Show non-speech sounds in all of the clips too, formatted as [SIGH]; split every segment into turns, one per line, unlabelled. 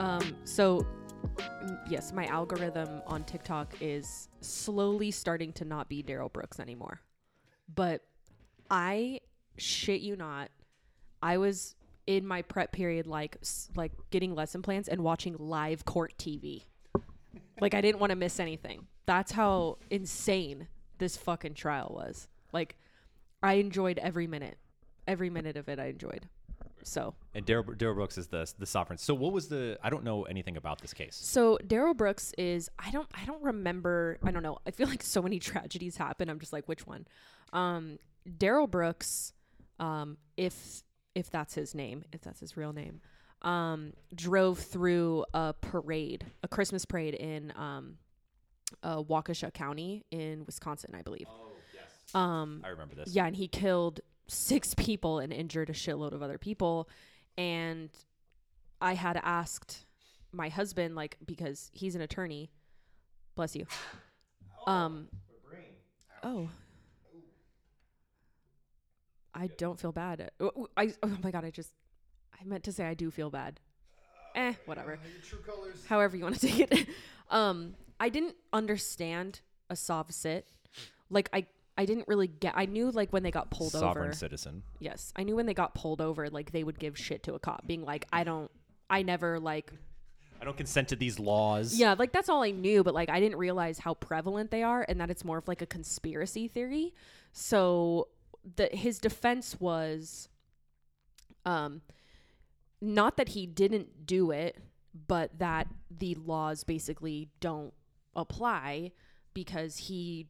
Um, So, mm, yes, my algorithm on TikTok is slowly starting to not be Daryl Brooks anymore. But I shit you not, I was in my prep period like s- like getting lesson plans and watching live court TV. Like I didn't want to miss anything. That's how insane this fucking trial was. Like I enjoyed every minute. Every minute of it I enjoyed. So,
And Daryl Daryl Brooks is the the sovereign. So what was the? I don't know anything about this case.
So Daryl Brooks is I don't I don't remember I don't know I feel like so many [LAUGHS] tragedies happen I'm just like which one, um Daryl Brooks, um if if that's his name if that's his real name, um drove through a parade a Christmas parade in um, uh, Waukesha County in Wisconsin I believe. Um,
I remember this.
yeah, and he killed six [LAUGHS] people and injured a shitload of other people. And I had asked my husband, like, because he's an attorney. Bless you. Um. Oh. I don't feel bad. Uh, uh, I oh my god! I just I meant to say I do feel bad. Eh, whatever however you want to [LAUGHS] take it. um, I didn't understand a sov sit. Like I, I didn't really get. I knew like when they got pulled
sovereign
over.
citizen.
Yes, I knew when they got pulled over, like they would give shit to a cop, being like, I don't, I never like.
I don't consent to these laws.
Yeah, like that's all I knew, but like I didn't realize how prevalent they are and that it's more of like a conspiracy theory. So the his defense was um not that he didn't do it, but that the laws basically don't apply because he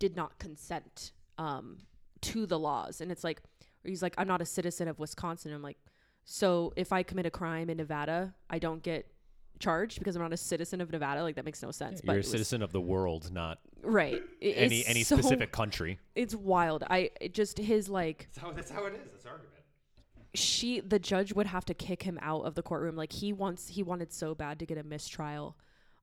did not consent um to the laws. And it's like he's like I'm not a citizen of Wisconsin. I'm like so if I commit a crime in Nevada, I don't get charged because I'm not a citizen of Nevada. Like that makes no sense. it
You're a
was-
citizen of the world, not
right? It-
any
it's
any
so-
specific country.
It's wild. I it just his like
That's how, that's how it is. That's argument.
she the judge would have to kick him out of the courtroom. Like he wants he wanted so bad to get a mistrial.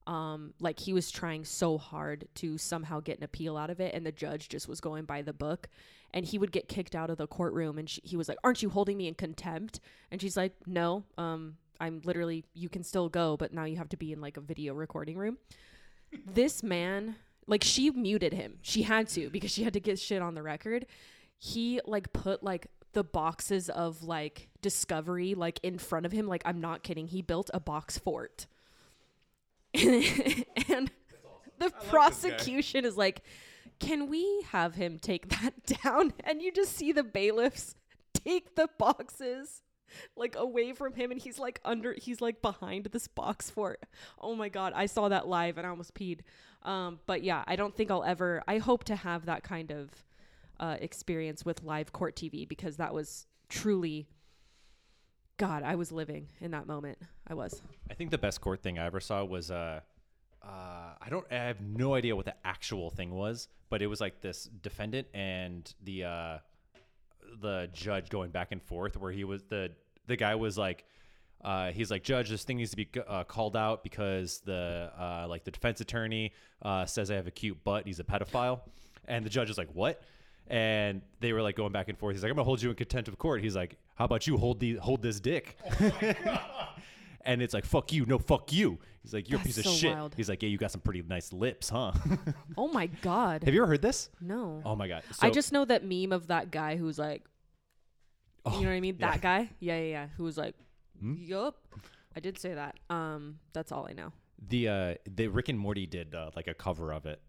Um, like he was trying so hard to somehow get an appeal out of it, and the judge just was going by the book. And he would get kicked out of the courtroom, and she, he was like, "Aren't you holding me in contempt?" And she's like, "No, um, I'm literally. You can still go, but now you have to be in like a video recording room." this man like she muted him she had to because she had to get shit on the record he like put like the boxes of like discovery like in front of him like i'm not kidding he built a box fort [LAUGHS] and the prosecution is like can we have him take that [LAUGHS] down and you just see the bailiffs [LAUGHS] take the boxes like away from him and he's like under he's like behind this box fort oh my god i saw that live and i almost peed um but yeah i don't think i'll ever i hope to have that kind of uh experience with live court tv because that was truly god i was living in that moment i was
I think the best court thing I ever saw was uh, uh, I don't I have no idea what the actual thing was, but it was like this defendant and the uh, the judge going back and forth where he was the the guy was like uh, he's like judge this thing needs to be uh, called out because the uh, like the defense attorney uh, says I have a cute butt and he's a pedophile and the judge is like what and they were like going back and forth he's like I'm gonna hold you in contempt of court he's like how about you hold the hold this dick [LAUGHS] and it's like fuck you no fuck you he's like you're
That's
a piece
so
of shit
wild.
he's like yeah you got some pretty nice lips huh [LAUGHS]
oh my god
have you ever heard this
no
oh my god
i
So-
just know that meme of that guy who's like
Oh,
you know what i mean that guy yeah yeah yeah who was like
Hmm?
yup i did say that um that's all i know
the uh the Rick and Morty did uh, like a cover of it,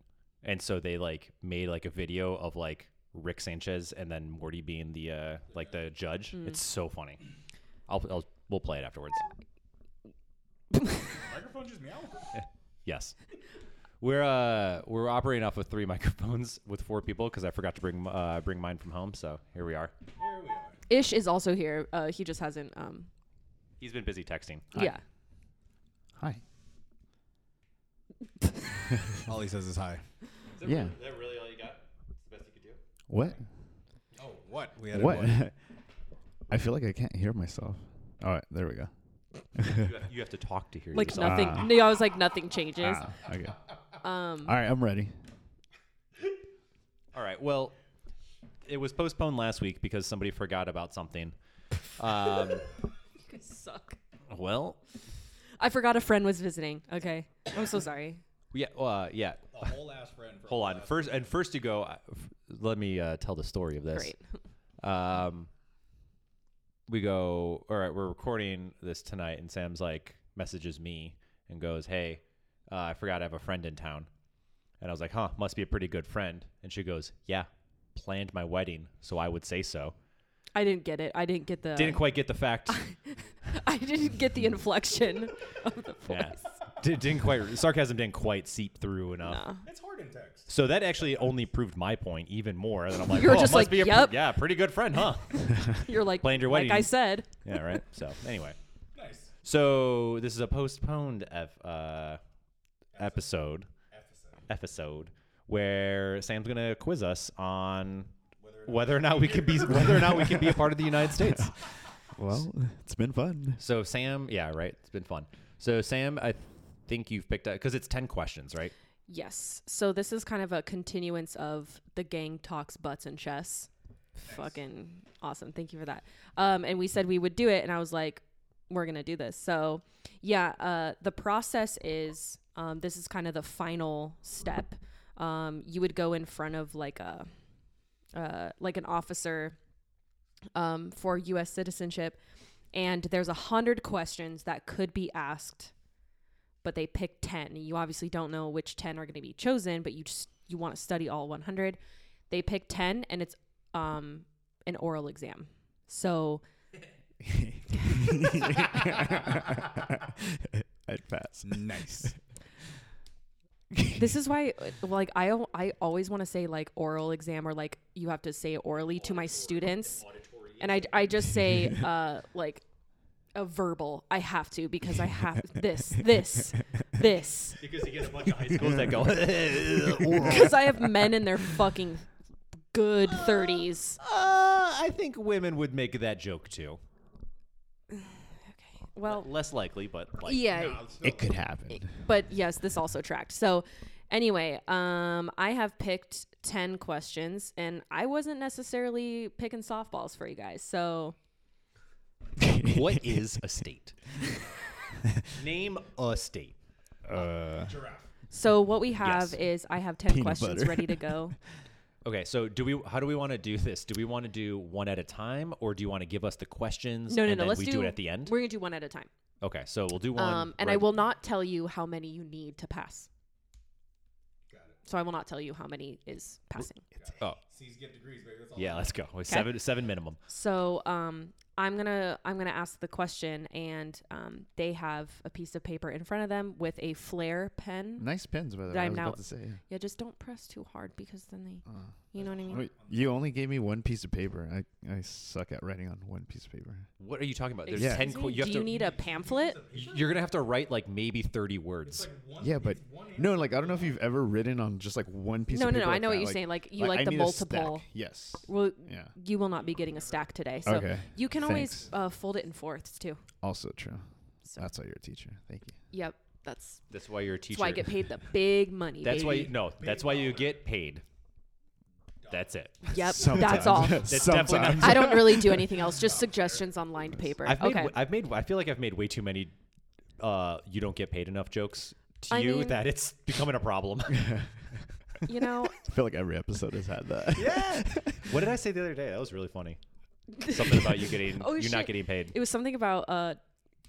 and so they like made like a video of like Rick Sanchez and then Morty being the uh like the judge.
Hmm.
It's so funny. I'll, I'll we'll play it afterwards.
Microphone just meow.
Yes. We're uh we're operating off of three [LAUGHS] microphones with four people because I forgot to bring uh bring mine from home so here we are.
Here we are.
Ish is also here. Uh, he just hasn't. Um,
He's been busy texting.
yeah.
Hi.
All he says is hi.
Yeah. really- is
that really all you got? It's the best you could do.
What?
Oh, what? We had
What? [LAUGHS] I feel like I can't hear myself. All right, there we go.
You have, you have to talk to hear
Like
yourself.
nothing.
Ah.
No, I was like nothing changes.
Ah, okay.
[LAUGHS] Um,
All right, I'm ready.
All right. Well, it was postponed last week because somebody forgot about something. Um,
you guys suck.
well,
I forgot a friend was visiting. Okay, I'm so sorry.
Yeah, uh, yeah.
The whole ass friend. For
Hold
all
on.
ass-
First and first to go. uh, f- Let me uh, tell the story of this.
Great.
Um, we go, all right, we're recording this tonight, and Sam's like, messages me and goes, hey, uh, I forgot I have a friend in town. And I was like, huh, must be a pretty good friend. And she goes, yeah, planned my wedding, so I would say so.
I didn't get it. I didn't get the.
Didn't quite get the fact.
[LAUGHS] I didn't get the inflection of the voice.
yeah. Did, didn't quite, sarcasm didn't quite seep through enough.
Nah.
It's hard in text.
So that actually only proved my point even more. And I'm like,
You were
oh,
just like,
must be a pre-
"Yep."
yeah, pretty good friend,
[LAUGHS]
huh?
You're like
Planned your
like I
wedding.
said.
yeah, right. So anyway.
Nice.
So this is a postponed ep- uh, episode
Episode.
episode where Sam's gonna quiz us on whether or not we [LAUGHS] can be whether or not we can be a part of the United States.
Well, it's been [LAUGHS] fun.
So Sam, yeah, right. It's been fun. So Sam, I think you've picked up because it's ten questions, right?
Yes. So this is kind of a continuance of the gang talks butts and chess. Fucking awesome. Thank you for that. Um, and we said we would do it, and I was like, we're gonna do this. So yeah, uh, the process is um, this is kind of the final step. Um, you would go in front of like a uh, like an officer um, for U.S. citizenship, and there's a hundred questions that could be asked but they pick 10 you obviously don't know which 10 are going to be chosen but you just you want to study all 100 they pick 10 and it's um an oral exam so
I'd pass.
[LAUGHS] Nice.
this is why uh, like i al- i always want to say like oral exam or like you have to say it orally to my students and i i just say uh like a verbal i have to because i have this this this
Because you get a bunch of high schools that [LAUGHS] go.
because i have men in their fucking good 30s
Uh, I think women would make that joke too.
well
Less likely, but like,
yeah
It could happen.
but yes, this also tracked. So anyway, um, I have picked ten questions, and I wasn't necessarily picking softballs for you guys. So
[LAUGHS]
[LAUGHS]
what is a state? Name a state.
Uh,
Giraffe.
so what we have
Yes.
is I have ten
Peanut
questions
butter.
ready to go.
[LAUGHS] Okay, so do we? How do we want to do this? Do we want to do one at a time, or do you want to give us the questions?
No, no,
and
no.
then
Let's
we do, it at the end.
We're gonna do one at a time.
Okay, so we'll do one.
Um, and I
right-
will not tell you how many you need to pass.
Got it.
So I will not tell you how many is passing.
Oh,
C's get degrees, baby. That's all.
yeah, let's go. Seven, seven minimum.
So um, I'm gonna I'm gonna ask the question, and um, they have a piece of paper in front of them with a flare pen.
nice pins, by the
That
way. I
I'm
was
now-
about to say.
Yeah, just don't press too hard because then they,
Uh,
you know what I mean.
wait, you only gave me one piece of paper. I, I suck at writing on one piece of paper.
What are you talking about? There's
Excuse
ten.
Excuse
qu-
me,
you have
do
to.
you need a pamphlet?
you're gonna have to write like maybe thirty words.
One,
Yeah, but no, like I don't know if you've ever written on just like one piece
No,
of
no,
paper.
no. I
like
know what
that,
you're saying. Like you
I
like the
need a stack.
multiple.
Yes.
Well,
Yeah.
you will not be getting a stack today. So
Okay,
you can always
thanks.
uh, fold it in fourths too.
Also true.
So
That's why you're a teacher. Thank you.
yep, that's
That's why you're a Uh, teacher.
that's why I get paid the big money.
That's why. You,
baby.
no, that's why you get paid. That's it. [LAUGHS]
[LAUGHS]
Yep,
Sometimes.
that's all.
That's definitely not-
Sometimes.
[LAUGHS]
I don't really do anything else. Just suggestions on lined paper.
I've made,
okay.
I've made. I feel like I've made way too many. Uh, you don't get paid enough jokes to
I
you
mean-
that it's becoming
[LAUGHS]
a problem. [LAUGHS]
you know,
I feel like every episode has had that.
yeah. What did I say the other day? That was really funny. Something about you getting.
[LAUGHS] Oh,
you're
shit.
not getting paid.
it was something about uh,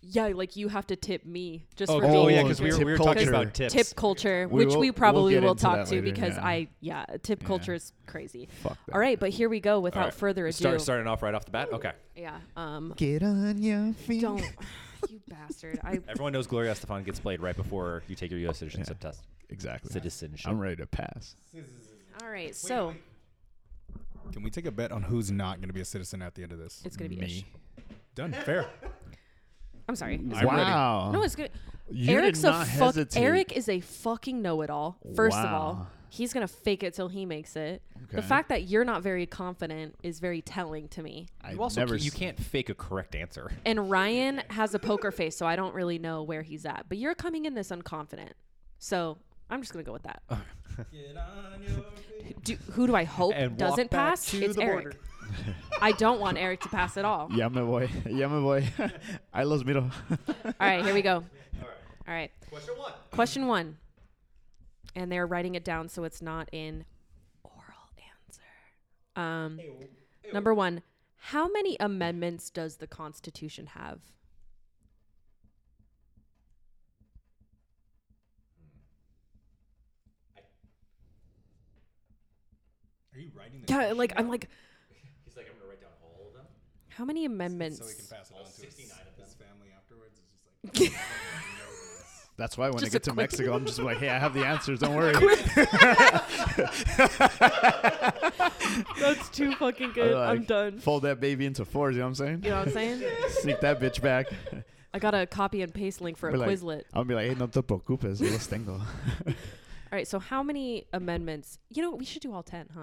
yeah, like you have to tip me just
Oh,
for
oh
being
yeah,
here.
because we were,
Tip
we were talking
culture.
about tips.
tip culture,
We
which
will-
we
we'll
probably
get
will
into
talk
that
to
later,
because
yeah.
I yeah, tip
Yeah.
culture is crazy.
[LAUGHS] Fuck that.
All right, but here we go without
right.
further ado.
Start starting off right off the bat.
Oh.
Okay.
Yeah. Um
Get on your feet.
don't
[LAUGHS]
you bastard. I
Everyone knows Gloria Estefan gets played right before you take your U.S. citizenship test.
Exactly.
Citizenship.
I'm ready to pass.
All right. So,
Can we take a bet on who's not going to be a citizen at the end of this?
it's going to be Ish.
Me.
Done. [LAUGHS] Fair.
I'm sorry.
wow.
No, it's good.
You did
Eric's a
not
fuck
hesitate.
Eric is a fucking know-it-all. First of all,
Wow.
he's going to fake it till he makes it. The
Okay.
fact that you're not very confident is very telling to me.
I
You also
never.
can't, you
s-
can't fake a correct answer.
And Ryan has a poker face, so I don't really know where he's at. But you're coming in this unconfident. So, I'm just going to go with that.
Get on your
[LAUGHS]
feet.
Do, who do I hope
And walk
doesn't
back
pass?
to
It's
the
Eric. I don't
[LAUGHS]
want Eric to pass at all.
[LAUGHS] Yeah, my boy. Yeah, my boy. I los miro.
All right, here we go. All right.
Question one.
Question one. And they're writing it down so it's not in oral answer. Um, number one, how many amendments does the Constitution have?
Are you writing this?
Yeah, like I'm like,
He's like, I'm gonna write down all of them.
how many amendments?
So he can pass it
All
on to his,
69 of
his family afterwards. It's just like,
That's why when
Just
I
a
get to
quick-
Mexico, I'm just like, hey, I have the answers.
[LAUGHS]
Don't worry.
That's too fucking good.
Like,
I'm done.
Fold that baby into fours. You know what I'm saying?
You know what I'm
[LAUGHS]
saying?
Sneak that bitch back. [LAUGHS]
I got a copy and paste link for a
Be like-
Quizlet.
I'll be like, hey, no te preocupes. Yo los tengo. [LAUGHS]
All right, so how many amendments? You know, what, we should do all 10, huh?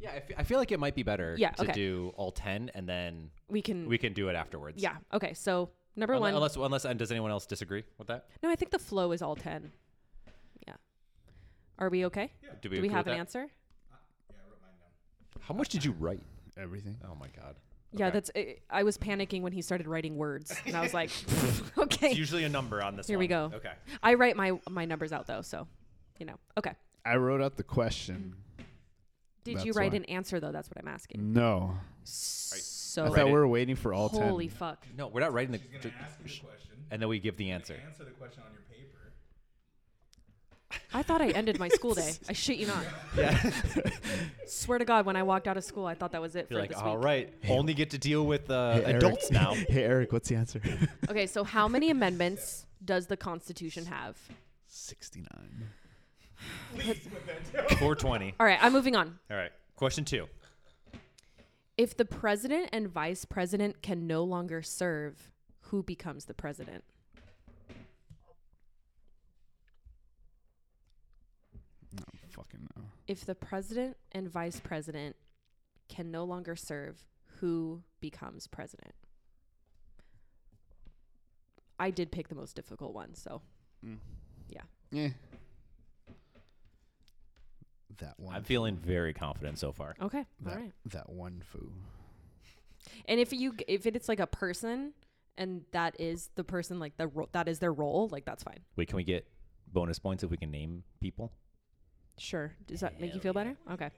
Yeah, I fe- I feel like it might be better
Yeah,
to
okay.
do all ten, and then
We can.
we can do it afterwards.
yeah. Okay, so number
Unle-
one.
Unless, unless, and does anyone else disagree with that?
no, I think the flow is all 10. Yeah. Are we okay?
Do we,
Do we
agree
have an
with that?
answer?
How much did you write?
Everything.
Oh my
[LAUGHS]
god.
Yeah,
Okay.
that's. I I was panicking when he started writing words, and I was
[LAUGHS]
like, [LAUGHS] okay.
It's usually a number on this.
Here we
one.
go.
Okay.
I write my my numbers out though, so you know. Okay.
I wrote out the question.
Mm. Did you
That's
write
why.
an answer though? That's what I'm asking.
Mm.
No.
So
I
Write
thought
it.
we were waiting for all
holy
10.
fuck.
No, we're not writing the.
He's
ju-
gonna ask you the question.
and then we give the answer.
Answer the question on your paper.
I thought I ended my school day. I shit you not.
[LAUGHS] Yeah.
Swear to God, when I walked out of school, I thought that was it for
You're like,
this
all
week.
right, only get to deal with uh,
Hey, Eric.
adults
[LAUGHS]
now.
hey, Eric, what's the [LAUGHS] answer?
Okay, so how many amendments does the Constitution have?
69.
420.
All right, I'm moving on.
All right. Question two.
If the president and vice president can no longer serve, who becomes the president?
No, fucking no.
If the president and vice president can no longer serve, who becomes president? I did pick the most difficult one, so
Yeah. That one.
I'm feeling very confident so far.
okay,
that,
all right.
that one foo.
And if you if it's like a person and that is the person like the ro- that is their role, like that's fine.
Wait, can we get bonus points if we can name people?
Sure. Does that make you feel better? Okay.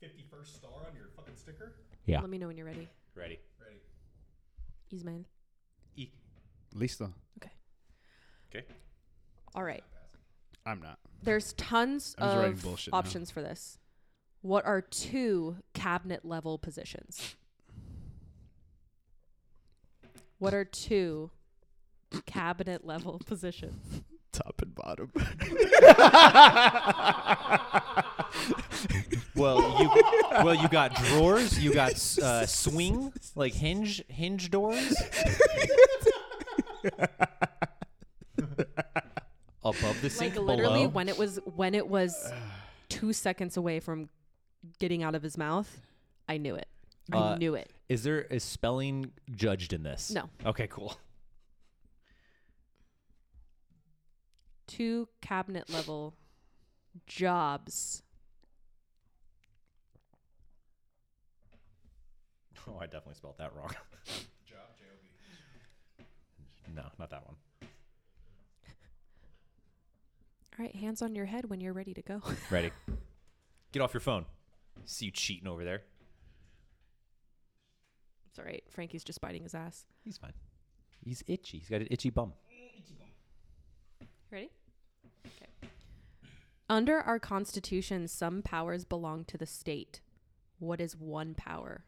Fifty-first star on your fucking sticker.
Yeah.
Let me know when you're ready.
Ready.
Ready.
Ismail.
E-,
Listo.
Okay.
All right.
I'm not.
There's tons
I'm just writing
of
bullshit now.
options for this. What are two cabinet level positions? What are two cabinet level positions?
Top and [LAUGHS] bottom.
Well, you well you got drawers, you got s- uh, swing like hinge hinge doors. Above the sink,
Like literally
below.
when it was when it
[SIGHS]
was 2 seconds away from getting out of his mouth, I knew it. I
Uh,
knew it.
Is there is spelling judged in this?
No.
Okay, cool. [LAUGHS]
Two cabinet level jobs.
Oh, I definitely spelled that wrong. [LAUGHS] No, not that one.
All right, hands on your head when you're ready to go. [LAUGHS]
Ready. Get off your phone. See you cheating over there.
It's all right. Frankie's just biting his ass.
He's fine. He's itchy. He's got an itchy bum.
Ready? Okay. Under our Constitution, some powers belong to the state. What is one power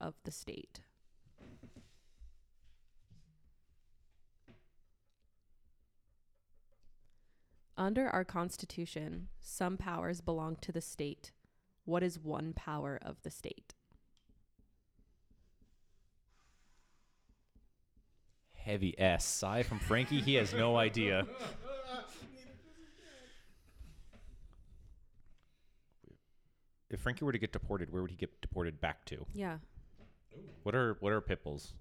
of the state? Under our Constitution, some powers belong to the state. What is one power of the state?
Heavy S. Sigh from Frankie. He has no idea. If Frankie were to get deported, where would he get deported back to?
Yeah.
What are what are pit bulls?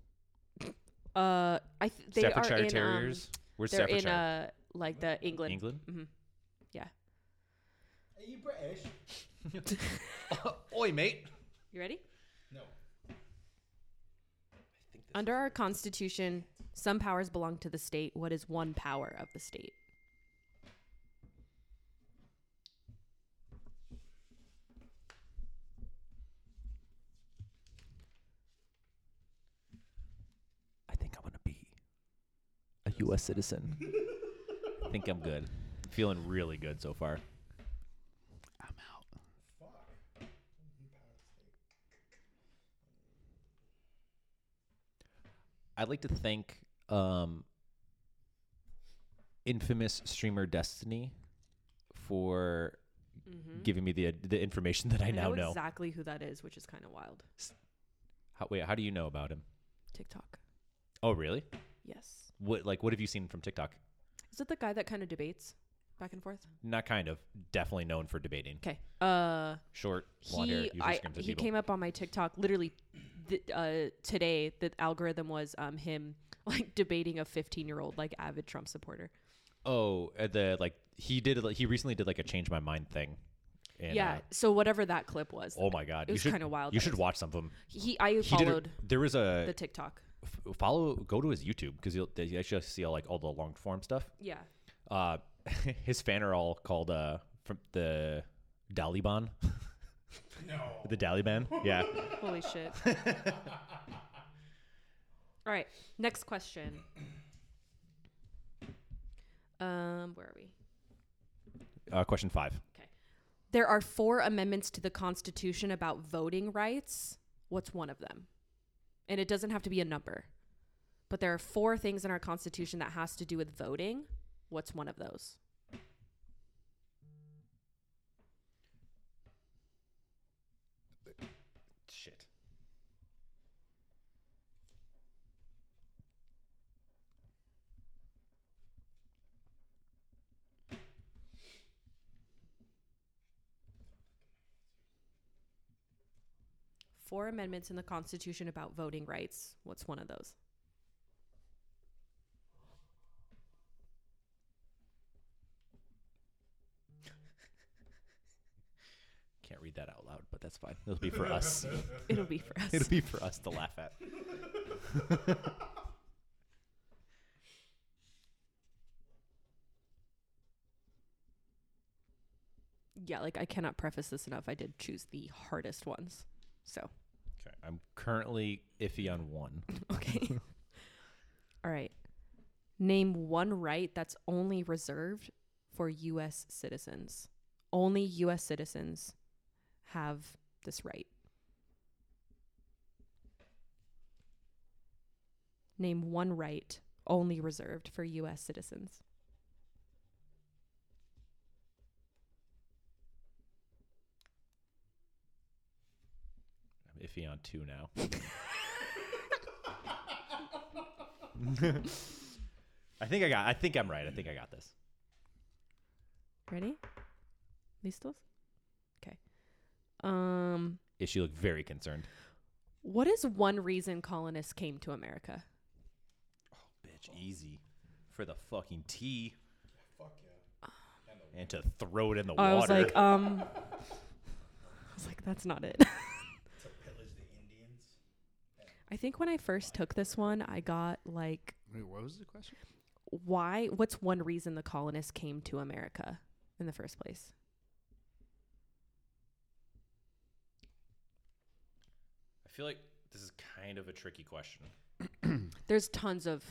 Uh, I th- they
Staffordshire
are in, um,
Terriers. Where's
they're
Staffordshire?
in uh, like the England.
England. Mm-hmm.
hmm Yeah.
Are you British?
[LAUGHS] Oi, mate.
You ready?
No.
Under our Constitution, Some powers belong to the state. What is one power of the state?
I think I'm gonna be a U.S. citizen. I [LAUGHS] think I'm good. Feeling really good so far.
I'm out.
I'd like to thank um, infamous streamer Destiny for
Mm-hmm.
giving me the the information that I, now know.
exactly who that is, which is kind of wild.
How, wait, how do you know about him?
TikTok.
Oh, really?
Yes.
What like what have you seen from TikTok?
Is it the guy that kind of debates back and forth?
Not kind of, definitely known for debating.
Okay. Uh,
Short, blonde hair,
he
usually
I,
screams at
he
people.
came up on my TikTok literally th- uh, today. The algorithm was um him [LAUGHS] like debating a 15 year old like avid Trump supporter.
oh, uh, the like he did like, he recently did like a change my mind thing. And,
yeah.
uh,
so whatever that clip was,
oh my god,
it
you
was
should
kind of wild.
you
that
should
I-
watch some of them.
He I
He did a-
followed
[LAUGHS] there was a
the TikTok.
f- follow go to his YouTube because you'll you actually see all, like all the long form stuff.
Yeah.
Uh, [LAUGHS] his fan are all called uh from the Daliban. [LAUGHS] no. The Daliban. Yeah. [LAUGHS]
Holy shit. All right. Next question. Um, where are we?
Uh, question five.
There are four amendments to the Constitution about voting rights. What's one of them? And it doesn't have to be a number, but there are four things in our Constitution that has to do with voting. What's one of those?
Shit.
Four amendments in the Constitution about voting rights. What's one of those?
Can't read that out loud, but that's fine. It'll be [LAUGHS] for us.
It'll be for us.
It'll be for us to laugh at.
yeah, like I cannot preface this enough. I did choose the hardest ones. So, [LAUGHS]
Okay. I'm currently iffy on one.
okay. All right. Name one right that's only reserved for U.S. citizens. Only U.S. citizens have this right. Name one right only reserved for U.S. citizens.
I'm iffy on two now. I think I got. I think I'm right. I think I got this.
Ready? Listos? Okay. Um.
Is she look very concerned?
What is one reason colonists came to America?
Bitch, easy for the fucking tea. Fuck yeah. And to throw it in the
I
water.
was like, [LAUGHS] um, I was like, that's not it. [LAUGHS] I think when I first took this one, I got like,
Wait, what was the question?
why? What's one reason the colonists came to America in the first place?
I feel like this is kind of a tricky question.
There's tons of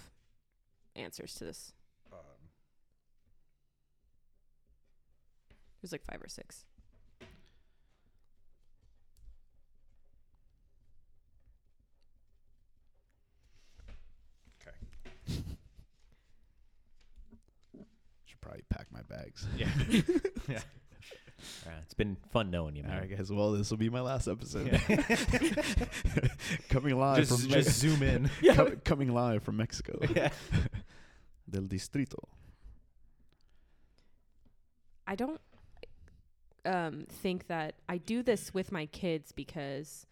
answers to this. There's like five or six.
Okay.
Should probably pack my bags.
Yeah.
[LAUGHS]
yeah. it's been fun knowing you,
All
man.
right, guys. Well, this will be my last
[LAUGHS]
episode. [LAUGHS] coming live
Just-
from
just
[LAUGHS]
zoom in.
[LAUGHS]
co- coming live from Mexico. [LAUGHS] Del Distrito.
I don't um, think that I do this with my kids because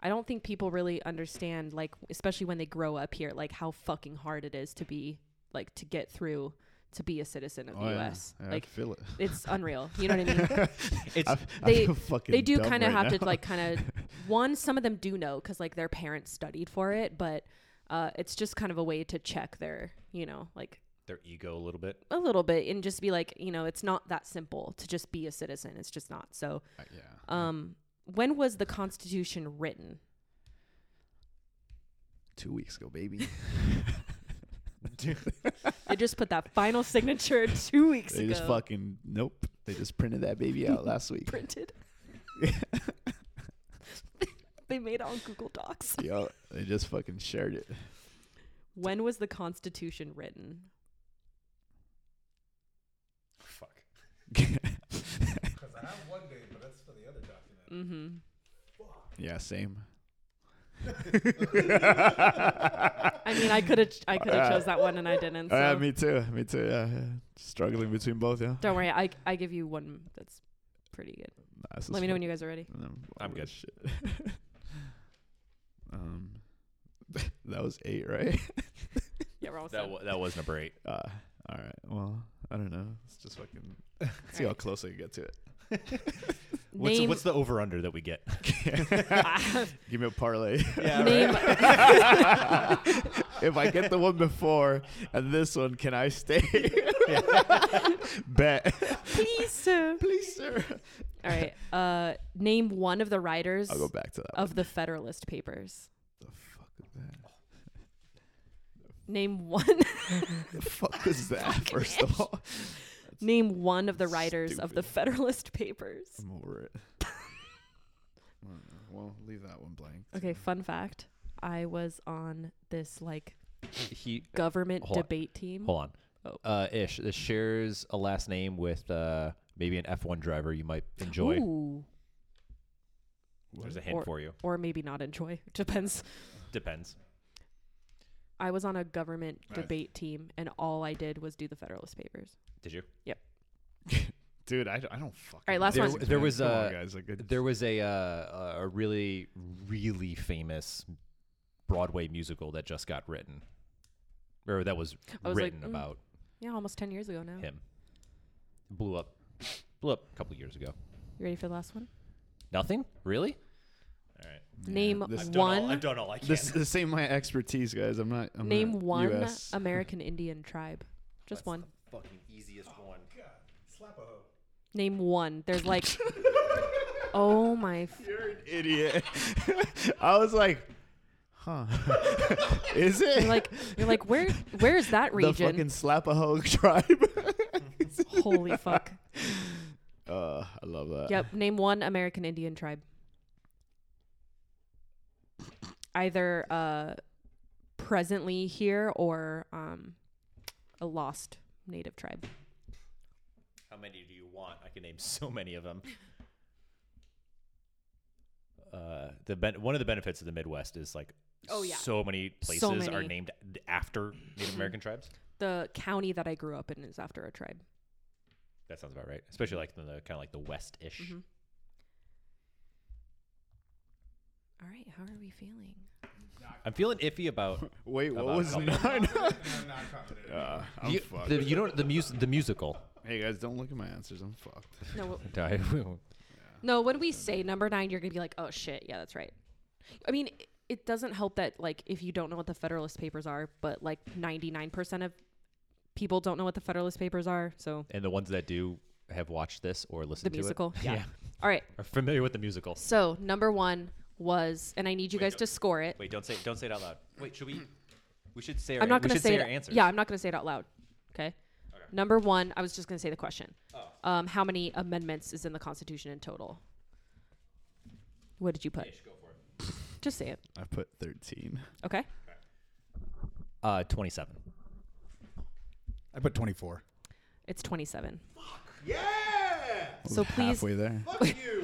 I don't think people really understand, like, especially when they grow up here, like how fucking hard it is to be, like, to get through to be a citizen
Oh,
of the U.S. Like,
[LAUGHS] I feel it.
it's unreal. You know
[LAUGHS]
what I mean?
It's
I,
they-
feel fucking
they do
dumb
kind of
right
have to
now.
like kind of one some of them do know because like their parents studied for it but Uh, it's just kind of a way to check their, you know, like
Their ego a little bit.
a little bit and just be like, you know, it's not that simple to just be a citizen. It's just not. So,
Uh, [LAUGHS] yeah.
um, when was the Constitution written?
Two weeks ago,
[LAUGHS]
baby. [LAUGHS]
They just put that final signature [LAUGHS] two weeks
they
ago.
just fucking nope. They just printed that baby
[LAUGHS]
out last week.
printed.
[LAUGHS]
they made it on Google Docs.
Yo, they just fucking shared it. [LAUGHS]
When was the Constitution written?
Fuck.
Because I have one day, but that's for the other document.
Mm-hmm.
Yeah, same.
[LAUGHS] I mean, I
[LAUGHS]
could have I could have chose that one and I didn't. So.
Uh, me too. Me too. Yeah, yeah. Struggling between both. Yeah.
Don't worry, I I give you one that's pretty good. Let me know when you guys are ready.
I'm good.
Shit. [LAUGHS] um, [LAUGHS] that was eight, right?
Yeah, we're all
That
set.
wa- that
[LAUGHS]
was number eight.
Uh, all right. Well, I don't know. Let's just fucking
[LAUGHS]
see how close I can get to it.
What's
Name-
what's the over under that we get?
[LAUGHS]
[LAUGHS]
Give me a parlay. [LAUGHS]
Name
if I get the one before and this one, can I
[LAUGHS]
stay? Bet.
please, sir.
Please, sir.
All right. Uh, name one of the writers
I'll go back to that.
of the Federalist Papers.
What the fuck is that?
Name one.
The fuck
[LAUGHS]
is that? First of all,
name one of the writers of the
Stupid.
Federalist [LAUGHS] Papers.
I'm over it. I don't know. Well, leave that one blank.
Okay, fun fact. I was on this like
[LAUGHS] he
government
Hold on.
debate team.
hold on.
Oh.
Uh, Ish, this shares a last name with uh, maybe an F1 driver you might enjoy.
Ooh,
There's a hint
Or-
for you.
or maybe not enjoy. [LAUGHS] Depends.
Depends.
I was on a government
Nice.
debate team, and all I did was do the Federalist Papers.
Did you?
Dude, I, don't- I don't fucking.
right, last
know
one.
what's
There- there
going
was,
on. Come on,
uh,
guys, like, it-
There was a uh, a really really famous Broadway musical that just got written, or that was,
I was like,
written
mm.
about
Yeah, almost ten years ago now.
him. Blew up, blew up a couple years ago.
You ready for the last one?
Nothing really. All right.
name
this- I've
one.
done all I
This this ain't my expertise, guys. I'm not. I'm
Name
not
one
US. [LAUGHS]
American Indian tribe. Just one.
fucking easiest one.
God, slap a hoe.
Name one. There's like,
[LAUGHS]
oh my, f-
You're an idiot. [LAUGHS] I was like, huh? [LAUGHS] is it
you're like, you're like, where, where is
[LAUGHS]
that
the
region?
fucking Slapahoe [LAUGHS] tribe?
Holy fuck.
uh, I love that.
Yep. Name one American Indian tribe. Either uh, presently here or um, a lost native tribe.
How many do you want? I can name [LAUGHS] so many of them. Uh, the ben- one of the benefits of the Midwest is like,
Oh, yeah.
so many places are
many.
named
[LAUGHS]
after Native American tribes.
The county that I grew up in is after a tribe.
That sounds about right, especially like the kind of like the West-ish.
Mhm. All right, how are we feeling?
I'm feeling iffy about
Wait, what
About
was [LAUGHS]
a
nine?
I'm not confident.
uh, [LAUGHS] I'm
you,
fucked.
the, you know the mus- the musical.
hey guys, don't look at my answers. I'm fucked.
No,
I-
no. When we say number nine, you're gonna be like, "Oh shit, yeah, that's right." I mean, i- it doesn't help that like if you don't know what the Federalist Papers are, but like 99% of people don't know what the Federalist Papers are. So
and the ones that do have watched this or
the
listened to
musical,
[LAUGHS] it,
yeah.
yeah,
All right.
are familiar with the musical.
So number one was, and I need you
Wait,
guys
no.
to score it.
Wait, don't say don't say it out loud. Wait, should we? We should say. Our,
I'm not
we
gonna
should
say, it.
our answers.
Yeah, I'm not gonna say it out loud. Okay. Number one, I was just gonna say the question.
Oh.
Um, how many amendments is in the Constitution in total? What did you put? Just say it.
I put thirteen.
Okay.
Uh, twenty-seven.
I put 24.
It's 27.
Yeah!
So please,
halfway there.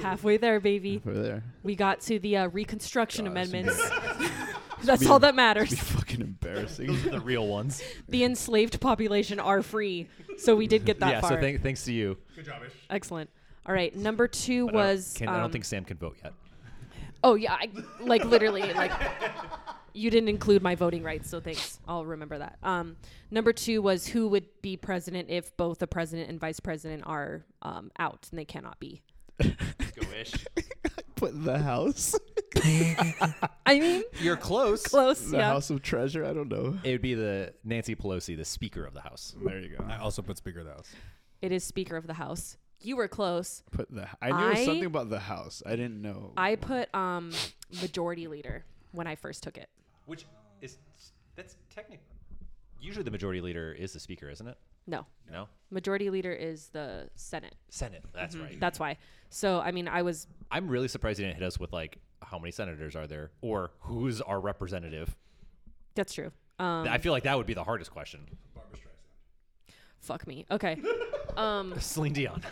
halfway there, baby.
Over there.
We got to the uh, Reconstruction
God, this
amendments.
would
[LAUGHS]
[LAUGHS]
That's
be-
all that
Be
[LAUGHS] matters.
fucking embarrassing.
[LAUGHS]
Those are the real [LAUGHS] ones.
The enslaved population are free, so we did get that
yeah.
far.
So thank, thanks to you.
Good job, Ish.
Excellent. All right, number two
I don't-
was.
can- I don't
um,
think Sam can vote yet.
Oh yeah, I, like literally, like you didn't include my voting rights, so thanks. I'll remember that. Um, number two was who would be president if both the president and vice president are um, out and they cannot be.
Go ish.
put the house.
I
[LAUGHS]
mean,
[LAUGHS] You're close.
close.
The
yeah.
House of Treasure. I don't know.
It would be the Nancy Pelosi, the Speaker of the House.
There you go.
I also put Speaker of the House.
It is Speaker of the House. You were close.
Put the. I knew it was
I-
something about the house. I didn't know.
I put um majority leader when I first took it.
Which is that's technically usually the majority leader is the Speaker, isn't it?
No.
No,
Majority leader is the Senate.
Senate. That's right.
That's why. So I mean, I was
I'm really surprised you didn't hit us with like how many senators are there or who's our representative.
that's true. Um
I feel like that would be the hardest question.
fuck me. Okay.
[LAUGHS] Celine Dion.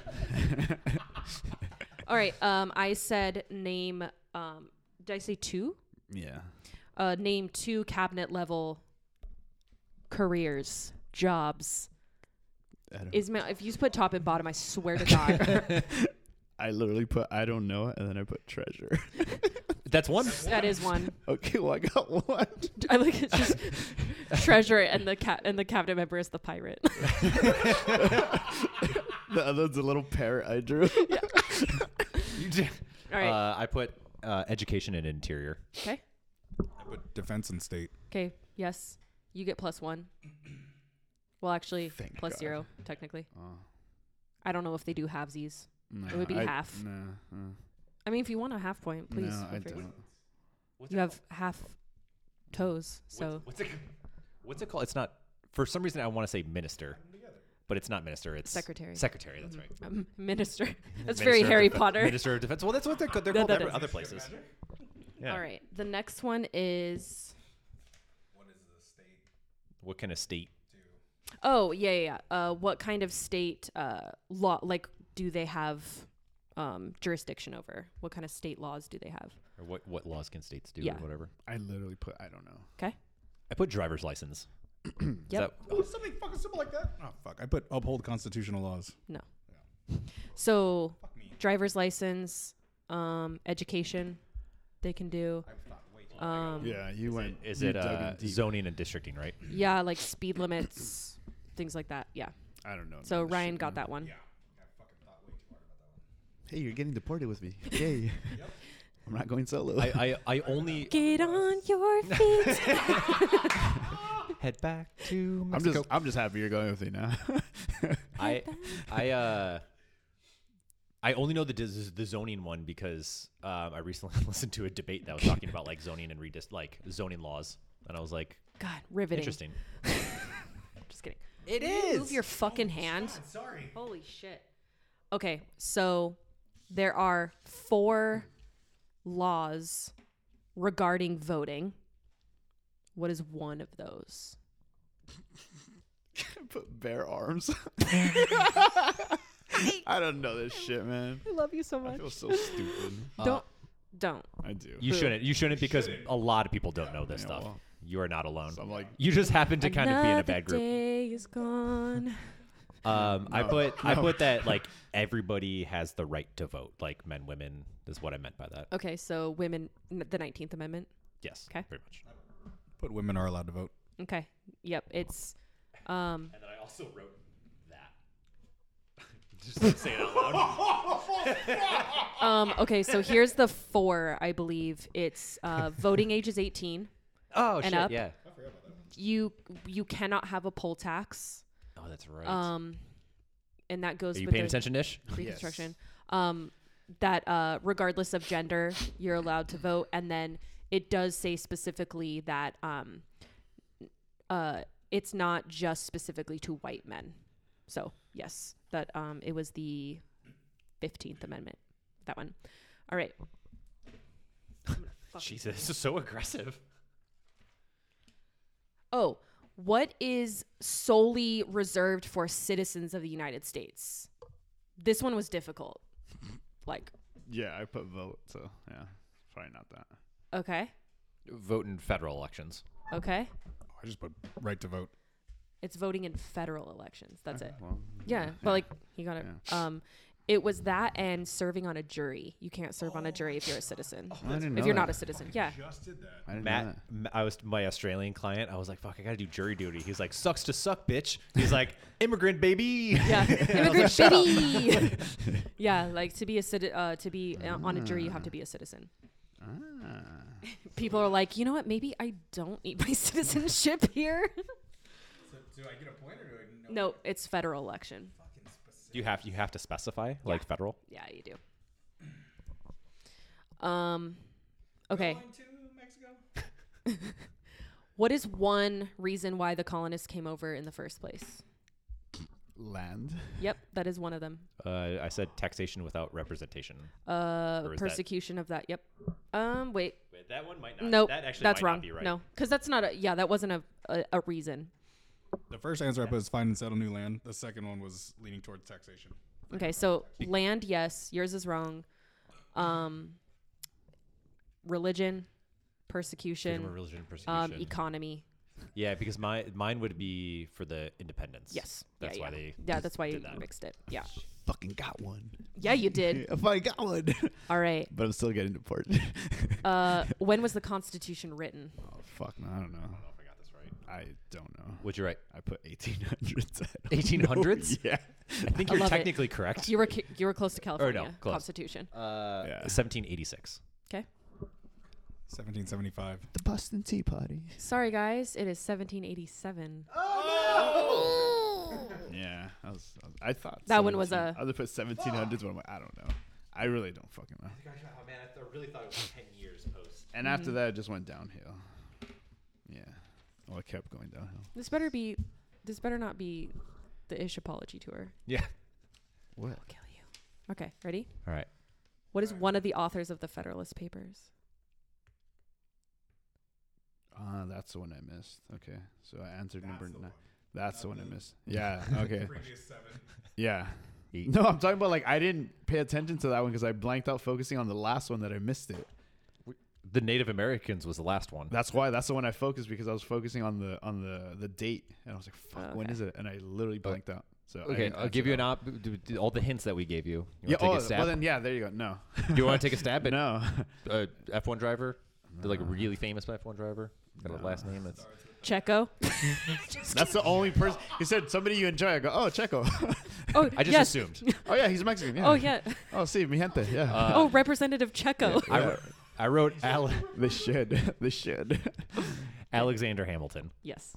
All right. Um I said name um did I say two?
yeah.
Uh name two cabinet level careers, jobs.
I, don't,
Ismail if you put top and bottom, I swear to God.
[LAUGHS] I literally put I don't know, and then I put treasure. [LAUGHS]
That's one.
that is one.
okay, well I got one. [LAUGHS]
I like it's just treasure and the cat and the cabinet member is
[LAUGHS]
the pirate.
The other one's a little parrot I drew.
[LAUGHS] You did-
All right.
Uh, I put uh, education and interior.
okay.
I put Defense and State.
Okay. Yes. You get plus one. Well, actually,
Thank
plus
God.
zero technically.
Oh,
I don't know if they do halvesies.
no,
It would be
I-
half.
No, uh,
I mean, if you want a half point, please.
no,
feel
I
free.
don't.
You have half toes, so
what's, it, what's it called? It's not. For some reason, I want to say minister, but it's not minister. It's
Secretary.
Secretary. That's right.
[LAUGHS] um, [LAUGHS] minister. That's
Minister
very
of
Harry
Defe-
Potter.
Minister of Defense. Well, that's what they're, co- they're
No,
called
no,
every-
no.
other places. Yeah.
All right. The next one is.
What kind of state?
Oh yeah, yeah. yeah. Uh, what kind of state uh, law? Like, do they have um, jurisdiction over? What kind of state laws do they have?
Or what, what laws can states do
Yeah.
or whatever?
I literally put I don't know.
Okay.
I put driver's license.
[CLEARS THROAT]
Is
Yep.
that-
Oh, something fucking simple like that. Oh fuck! I put uphold constitutional laws.
No. So, driver's license, um, education, they can do. Um,
Yeah, you went.
is
you
it
dug in
uh,
deep.
zoning and districting, right?
yeah, like speed limits, things like that. Yeah.
I don't know.
So
man, this
Ryan
shit,
got
man.
that one.
Hey, you're getting deported with me. Yay! [LAUGHS] I'm not going solo.
I, I, I
[LAUGHS]
only
Get on
[LAUGHS]
your feet.
head back to
I'm just I'm just happy you're going with me now. [LAUGHS]
I I uh I only know the dis- the zoning one because um, I recently [LAUGHS] listened to a debate that was talking about like zoning and redis like zoning laws, and I was like,
God, riveting.
interesting.
Just kidding.
It
Move your fucking hand.
Oh, Sorry.
Holy shit. Okay, so there are four laws regarding voting. What is one of those?
Put bare
[LAUGHS]
arms. [LAUGHS] I don't know this shit, man.
I love you so
I
much.
feel
[LAUGHS]
so stupid.
Don't don't.
I do.
Uh, You shouldn't. You shouldn't because a lot of people don't know this
Yeah,
stuff.
well.
you are not alone.
I'm like,
you just happen to kind of be in a bad group.
day is gone.
Um, I put I put that like everybody has the right to vote, like men, women is what I meant by that.
Okay, so women, n- the Nineteenth Amendment.
Yes.
'Kay.
Pretty much.
Put women are allowed to vote.
Okay, yep, it's. Um,
And then I also wrote that. [LAUGHS] Just to say it out loud.
um, okay, so here's the four. I believe it's uh, voting age is 18.
Oh
And
shit!
up.
Yeah.
You you cannot have a poll tax.
Oh, that's right.
Um, and that goes
Are you
with
paying
the
attention, Nish?
Reconstruction. Um, that uh, regardless of gender, you're allowed to vote, and then it does say specifically that um, uh, it's not just specifically to white men. So yes, that um, it was the Fifteenth Amendment. That one. All right.
Jesus, this is so aggressive.
Oh, what is solely reserved for citizens of the United States? This one was difficult. Like,
yeah, I put vote. So yeah, probably not that.
okay,
Vote in federal elections.
okay.
Oh, I just put right to vote.
It's voting in federal elections. That's it.
Well,
Yeah, but like you got it. Um, it was that and serving on a jury. You can't serve on a jury if you're a citizen.
Oh. I didn't know
if you're
that.
not a citizen, yeah.
I didn't know
Matt,
that.
M- I was my Australian client. I was like, "Fuck, I gotta do jury duty." He's like, "Sucks to suck, bitch." He's [LAUGHS] like, "Immigrant baby."
[LAUGHS]
Yeah, [LAUGHS] immigrant baby. yeah, like to be a citi- uh, to be uh, on a jury, you have to be a citizen.
Oh,
Ah.
[LAUGHS] People are like, you know what? Maybe I don't need my [LAUGHS] citizenship
[LAUGHS]
here.
So, do I get a point or do I
no, it's federal election.
You have you have to specify like federal.
Yeah, you
[CLEARS THROAT]
do. Um, okay.
to Mexico?
[LAUGHS] What is one reason why the colonists came over in the first place?
Land. [LAUGHS]
Yep, that is one of them.
Uh, I said taxation without representation.
Uh,
Or is that-
persecution of that. Yep. Um, wait.
Wait, that one might not.
Nope.
that actually
that's
might
wrong.
Not be right.
No, because that's not a. Yeah, that wasn't a a, a reason.
The first answer I put was find and settle new land. The second one was leaning towards taxation.
Okay, so land, yes. Yours is wrong. Um, religion, persecution,
Freedom of religion
um,
persecution.
economy.
yeah, because my mine would be for the independence.
Yes.
that's
yeah,
why
yeah.
they.
Yeah, that's why you
did that.
mixed it. Yeah.
Fucking got one.
Yeah, you did.
[LAUGHS] I finally got one.
All right.
[LAUGHS]
but I'm still getting deported. [LAUGHS]
Uh, when was the Constitution written?
oh, fuck, man. I don't know.
I got this right.
I don't know.
Would you write?
I put 1800s. [LAUGHS] I don't
1800s?
know. [LAUGHS] Yeah.
I
[LAUGHS]
think
I
you're
love it.
technically correct.
You were ca- you were close to California
close.
Constitution.
Uh,
Yeah.
1786.
Okay.
1775.
The Boston Tea Party.
Sorry guys, it is 1787.
Yeah. I, was, I, was- I thought
That one was
17
a-
I would put 1700s, but I'm like, I don't know. I really don't fucking know.
Oh man, I really thought it was 10 years post.
And
Mm.
after that, it just went downhill. Yeah. Well, it kept going downhill.
This better be this better not be the Ish apology tour.
Yeah.
What?
I'll kill you. Okay, ready?
All right.
What is one of the authors of the Federalist Papers?
Ah, that's the one I missed. Okay. So I answered number
the
nine.
one.
That's the
Not
one I
the-
missed. Yeah.
[LAUGHS]
Okay.
Previous seven.
Yeah.
Eight.
No, I'm talking about like I didn't pay attention to that one because I blanked out focusing on the last one that I missed it.
The Native Americans was the last one.
That's why. That's the one I focused because I was focusing on the on the the date and I was like, "Fuck, when
Okay.
is it?" And I literally blanked out. So I
Oh, Okay,
didn't
I'll
answer
give you an
that
op. d- d- All the hints that we gave you. you
one. Yeah.
wanna
Oh,
take a stab?
well then, yeah. There you go. No.
Do
[LAUGHS]
you want to take a stab at
no.
uh, F1 driver? They're like really famous F1 driver. Got a last name that's
Checo.
That's the only person. He said somebody you enjoy. I go, "Oh, Checo." [LAUGHS]
Oh,
[LAUGHS] I just
yes.
assumed.
oh yeah, he's Mexican. Yeah.
[LAUGHS] Oh yeah.
Oh, see, mi gente. Yeah.
[LAUGHS]
Uh,
[LAUGHS]
oh, Representative Checo.
I, wrote, I wrote Ale-
they should. [LAUGHS] they should.
Alexander Hamilton.
[LAUGHS] yes.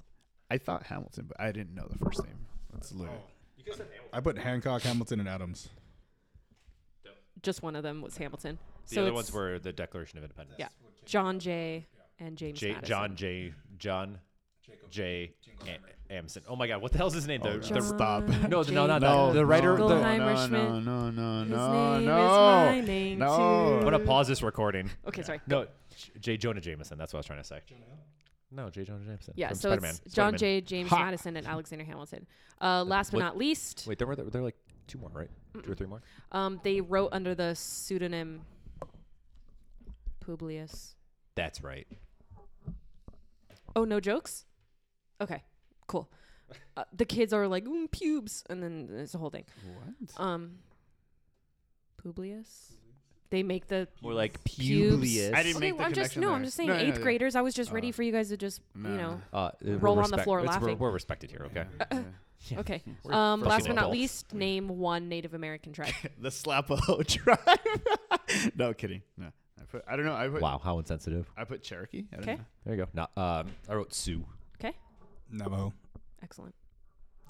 I thought Hamilton, but I didn't know the first name. That's lit.
Oh.
I put Hancock, Hamilton, and Adams.
Just one of them was Hamilton.
The
so
other
it's
ones were the Declaration of Independence.
yeah. John Jay and James
J-
Madison.
John J. John J. A- Amson. Oh my God, what the hell's his name? The,
God.
the-
Stop.
John
No, no, not
Jay-
that. The writer-
No,
the-
Guggenheimer
no,
Schmidt.
no, no, no,
His
no,
name
no.
is my name
No.
too.
I'm gonna pause this recording.
[LAUGHS] Okay, sorry.
No, J- J. Jonah Jameson. That's what I was trying to say. No, J. Jonah Jameson.
Yeah,
from
so
Spider-Man.
it's John
Spider-Man.
Jay, James
Ha.
Madison, and Alexander Hamilton. Uh, last but
What-
not least,
Wait, there were there, there were like two more, right? Two or three more.
um, they wrote under the pseudonym Publius.
That's right.
Oh, no jokes? Okay, cool. Uh, the kids are like, mm, pubes, and then it's a whole thing.
What?
Um, Publius? They make the.
More like
Pubes.
Publius.
I didn't
Okay,
make the
well, I'm just
connection
no.
there.
I'm just saying
No, no,
eighth
no.
graders. I was just ready
Oh.
for you guys to just you
No.
know.
Uh, we're
Roll on the floor
it's- We're,
laughing.
we're respected here, okay?
[LAUGHS] Okay.
We're
Um,
fucking
last but not
adults.
least, name one Native American tribe.
the [LAUGHS] Slapo tribe. no kidding. No, I put. I don't know. I put.
Wow, how insensitive.
I put Cherokee. I don't
Okay.
know.
There you go. Not, um, I wrote Sue.
Okay.
Navajo.
Excellent.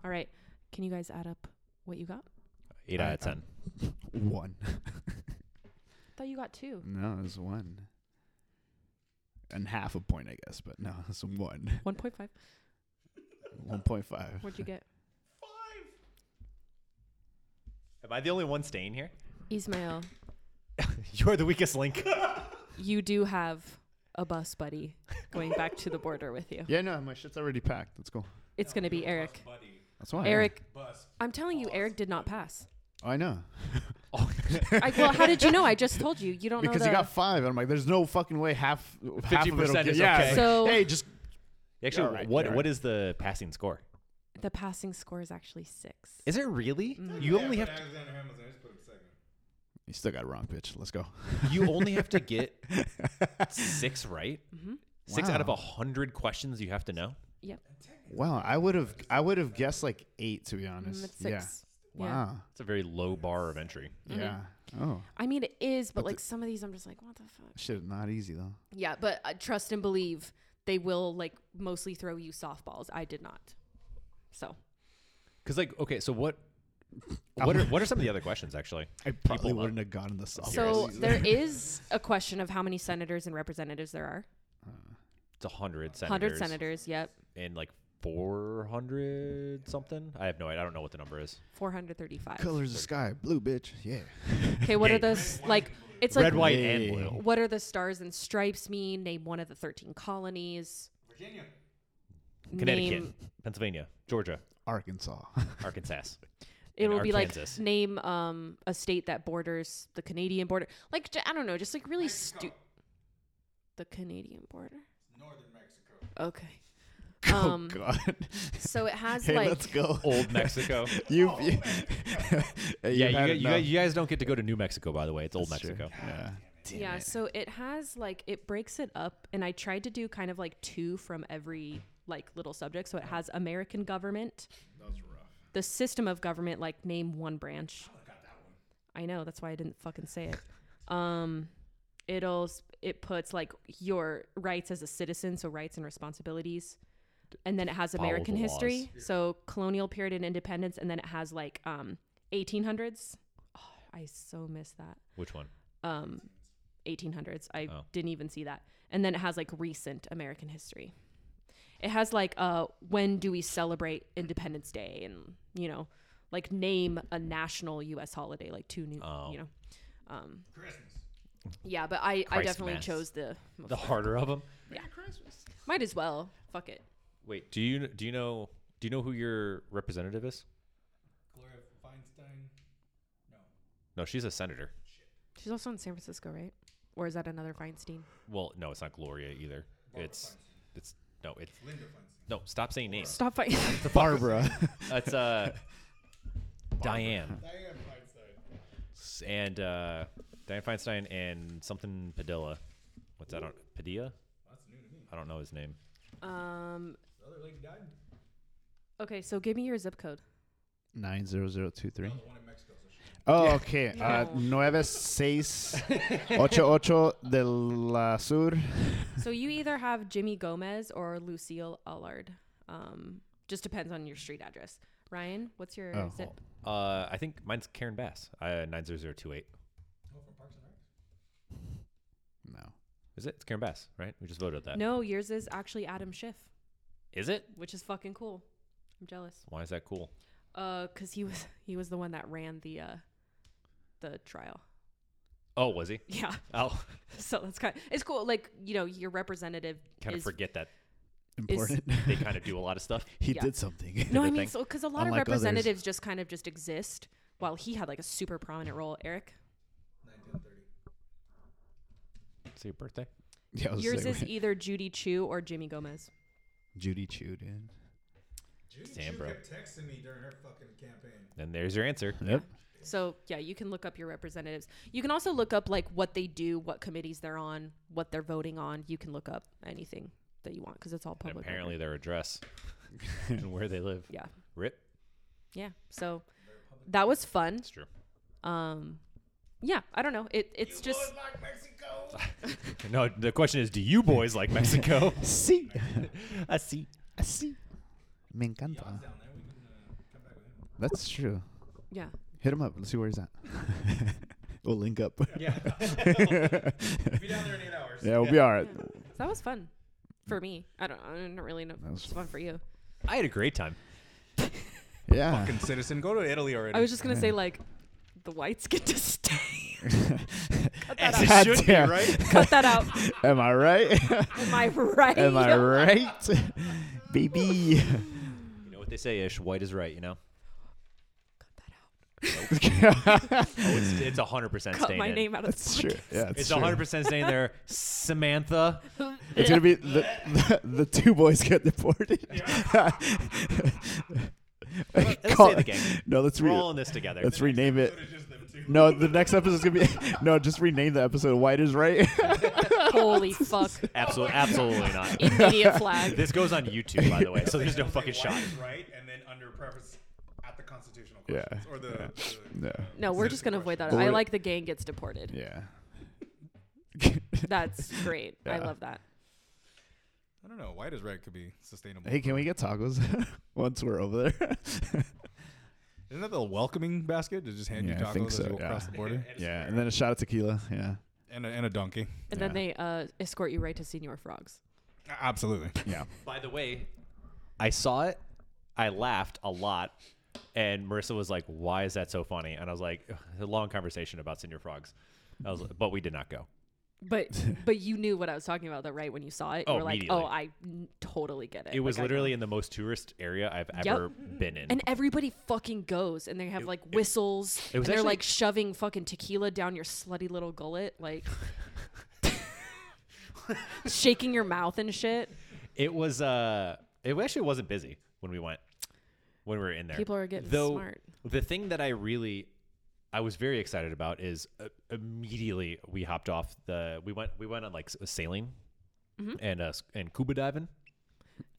All right. Can you guys add up what you got?
Eight
I-
out of ten.
One.
I thought you got two.
No, it's one. And half a point, I guess, but no, [LAUGHS] it's one.
1.5.
One point five.
What'd you get?
Am I the only one staying here?
Ismail,
[LAUGHS] You're the weakest [LAUGHS] link.
you do have a bus buddy going back to the border with you.
Yeah, no, my shit's already packed. Let's go.
It's going to be Eric.
That's why.
Eric,
Bus.
I'm telling you, Eric did not pass.
Oh, I know.
Oh,
I, well, how did you know? I just told you. You don't
Because
know. The,
he got five, and I'm like, there's no fucking way half. half of it'll
50%
get-
is
yeah,
okay.
it's like,
So-
hey, just
[LAUGHS] Actually,
You're right,
what
you're
what
right.
is the passing score?
the passing score is actually six.
Is it really?
Mm.
You only have to,
Alexander Hamilton. I just put him second.
you still got it wrong, bitch. Let's go.
you only have to get six right.
Mm-hmm.
Six out of
Wow.
a hundred questions you have to know.
Yep.
Wow, I would have, I would have guessed like eight to be
Mm,
honest.
it's six. Yeah.
Wow.
It's a very low bar of entry.
Mhm.
Yeah. Oh,
I mean, it is, but,
But
like some of these, I'm just like, what the fuck?
shit, not easy though.
Yeah, but uh, trust and believe they will like mostly throw you softballs. I did not. So
Because like, okay, so what? What are, what are some of the other questions actually?
I probably
People love-
wouldn't have gotten the software. [LAUGHS]
so there is a question of how many senators and representatives there are.
It's a hundred senators.
Hundred senators. Yep.
and like four hundred something. I have no idea. I don't know what the number is.
435.
Colors of sky, blue bitch. Yeah.
Okay, what are those like? It's like
Red, white, and
Yeah.
blue.
What are the stars and stripes mean? Name one of the 13 colonies.
Virginia.
Connecticut,
Name,
Pennsylvania, Georgia,
Arkansas. [LAUGHS] Oh,
Arkansas.
it'll be
Arkansas.
like name um a state that borders the Canadian border. Like j- I don't know, just like really stu- the Canadian border.
Northern
[LAUGHS]
Mexico.
Okay.
oh
Um
God.
so it has
[LAUGHS] Hey,
like
let's go.
[LAUGHS]
Old Mexico.
[LAUGHS] You. you [LAUGHS]
yeah, you, gu- you, gu- you guys don't get to go to New Mexico, by the way. It's Old Mexico.
Yeah.
yeah, so it has like it breaks it up and I tried to do kind of like two from every like little subject. So it has American government. The system of government like name one branch. I know, that's why I didn't fucking say it. Um it'll s- it puts like your rights as a citizen, so rights and responsibilities. And then it has
Follow the
American
laws.
history, so colonial period and independence, and then it has like um 1800s. Oh, I so miss that
Which one?
um 1800s i
Oh.
didn't even see that and then it has like recent american history it has like uh when do we celebrate independence day and you know like name a national us holiday like two new
Oh.
you know um yeah but i i definitely
Christmas.
chose the,
The harder of them.
might as well fuck it
Wait, do you do you know do you know who your representative is?
Gloria Feinstein.
No, she's a senator.
she's also in san francisco right or is that another feinstein
Well, no, it's not Gloria either. It's it's no, it's Linda Feinstein. No, stop saying names.
stop fighting [LAUGHS]
Barbara.
That's
[LAUGHS]
uh Diane
Diane Feinstein.
and uh Diane Feinstein and something Padilla. What's that? I don't Padilla?
That's new to me.
I don't know his name.
um
The other lady died.
okay so give me your zip code
Nine zero zero two three.
one in Mexico. So she
Oh, okay. Uh,
No.
nueve seis ocho ocho de la sur.
so you either have Jimmy Gomez or Lucille Allard. Um, just depends on your street address. Ryan, what's your
Oh.
zip?
Uh I think mine's Karen Bass. Uh nine zero zero two eight.
oh, from Parks and Rec.
No.
Is it? It's Karen Bass, right? We just voted
uh,
that. Is
No, yours is actually Adam Schiff,
it?
which is fucking cool. I'm jealous.
Why is that cool?
Uh, cause he was he was the one that ran the uh, the trial. [LAUGHS]
Oh, was he?
Yeah,
Oh, [LAUGHS]
so that's kind. it's cool. Like you know, your representative
kind of
is-
forget that
[LAUGHS]
Important.
they kind of do a lot of stuff.
he
yeah.
did something.
No, I
good
mean,
thing.
so because a lot
Unlike others.
of representatives just kind of just exist. While he had like a super prominent role, Eric,
1930.
Is it your birthday?
[LAUGHS] Yeah, I was
yours
like,
is either Judy Chu or Jimmy Gomez.
Judy Chu, dude.
Judy
Damn,
Chu
bro.
kept texting me during her fucking campaign.
Then there's your answer.
Yep.
So yeah, you can look up your representatives. You can also look up like what they do, what committees they're on, what they're voting on. You can look up anything that you want because it's all
And
public.
apparently
[LAUGHS]
their address and where they live.
record. yeah,
Rip.
yeah. So that was fun.
It's true.
Um, yeah, I don't know. It it's just
like Mexico.
No, the question is, do you boys
[LAUGHS]
like Mexico?
See.
I see.
See. Me encanta.
down there. We can uh, come back with him.
That's true.
yeah.
Hit him up. Let's see where he's at. [LAUGHS] we'll link up.
[LAUGHS]
Be down there in eight
[LAUGHS]
hours.
yeah, we'll be all right.
So that was fun for me. I don't. I don't really know.
That was
It's fun for you.
I had a great time.
Yeah.
[LAUGHS] Fucking citizen, go to Italy already.
I was just gonna say like, the whites get to stay.
[LAUGHS]
Cut that out.
God
should be,
damn.
right?
[LAUGHS] Cut that out.
Am I right?
Am I right?
Am I right?
[LAUGHS]
Baby.
You know what they say, Ish? White is right, you know?
Cut that out.
It's, it's
[LAUGHS]
100%
Cut
staying
my
in.
name out of
That's true. Yeah, it's,
It's
true.
100% staying
[LAUGHS]
there. Samantha.
[LAUGHS]
It's gonna be the, the the two boys get deported.
Let's
Call-
say the game.
[LAUGHS] No, let's
We're
re-
all in this together.
let's rename it.
Just them two.
No, the next episode is gonna be [LAUGHS] no. Just rename the episode. White is right. [LAUGHS]
Holy fuck.
Absolutely, absolutely not.
Immediate flag.
This goes on YouTube, by the way, so there's no fucking shot.
right, and then under preface at the constitutional
Yeah,
questions or the,
yeah.
the
No.
No, we're just gonna avoid that.
Well,
I
we-
like the gang gets deported.
Yeah. [LAUGHS]
That's great. I
Yeah.
love that.
I don't know. White is red could be sustainable.
hey, can we get tacos [LAUGHS] once we're over there?
Isn't that the welcoming basket to just hand you
Yeah,
tacos
I think
as
so,
you
yeah.
cross the border?
[LAUGHS] yeah, and then a shot of tequila. Yeah.
and, a, and a donkey.
And
Yeah.
then they uh, escort you right to Senior Frogs.
A-
[LAUGHS]
Absolutely.
Yeah.
By the way, I saw it. I laughed a lot. And Marissa was like, "Why is that so funny?" And I was like, "Ugh, "A long conversation about senior frogs." I was, like, but we did not go.
But
[LAUGHS]
but you knew what I was talking about, though, right? When you saw it, you
Oh,
were like,
immediately.
"Oh, I n- totally get it."
It was
Eh, Like, I know.
literally in the most tourist area I've
Yep.
ever been in.
and everybody fucking goes, and they have like whistles.
it was
and they're
actually-
like shoving fucking tequila down your slutty little gullet,
[LAUGHS]
like shaking your mouth and shit.
it was uh, it actually wasn't busy when we went. When we were in there,
People are getting
Though,
smart.
The thing that I really, I was very excited about is uh, immediately we hopped off the we went we went on like s- sailing, and uh s- and Cuba diving,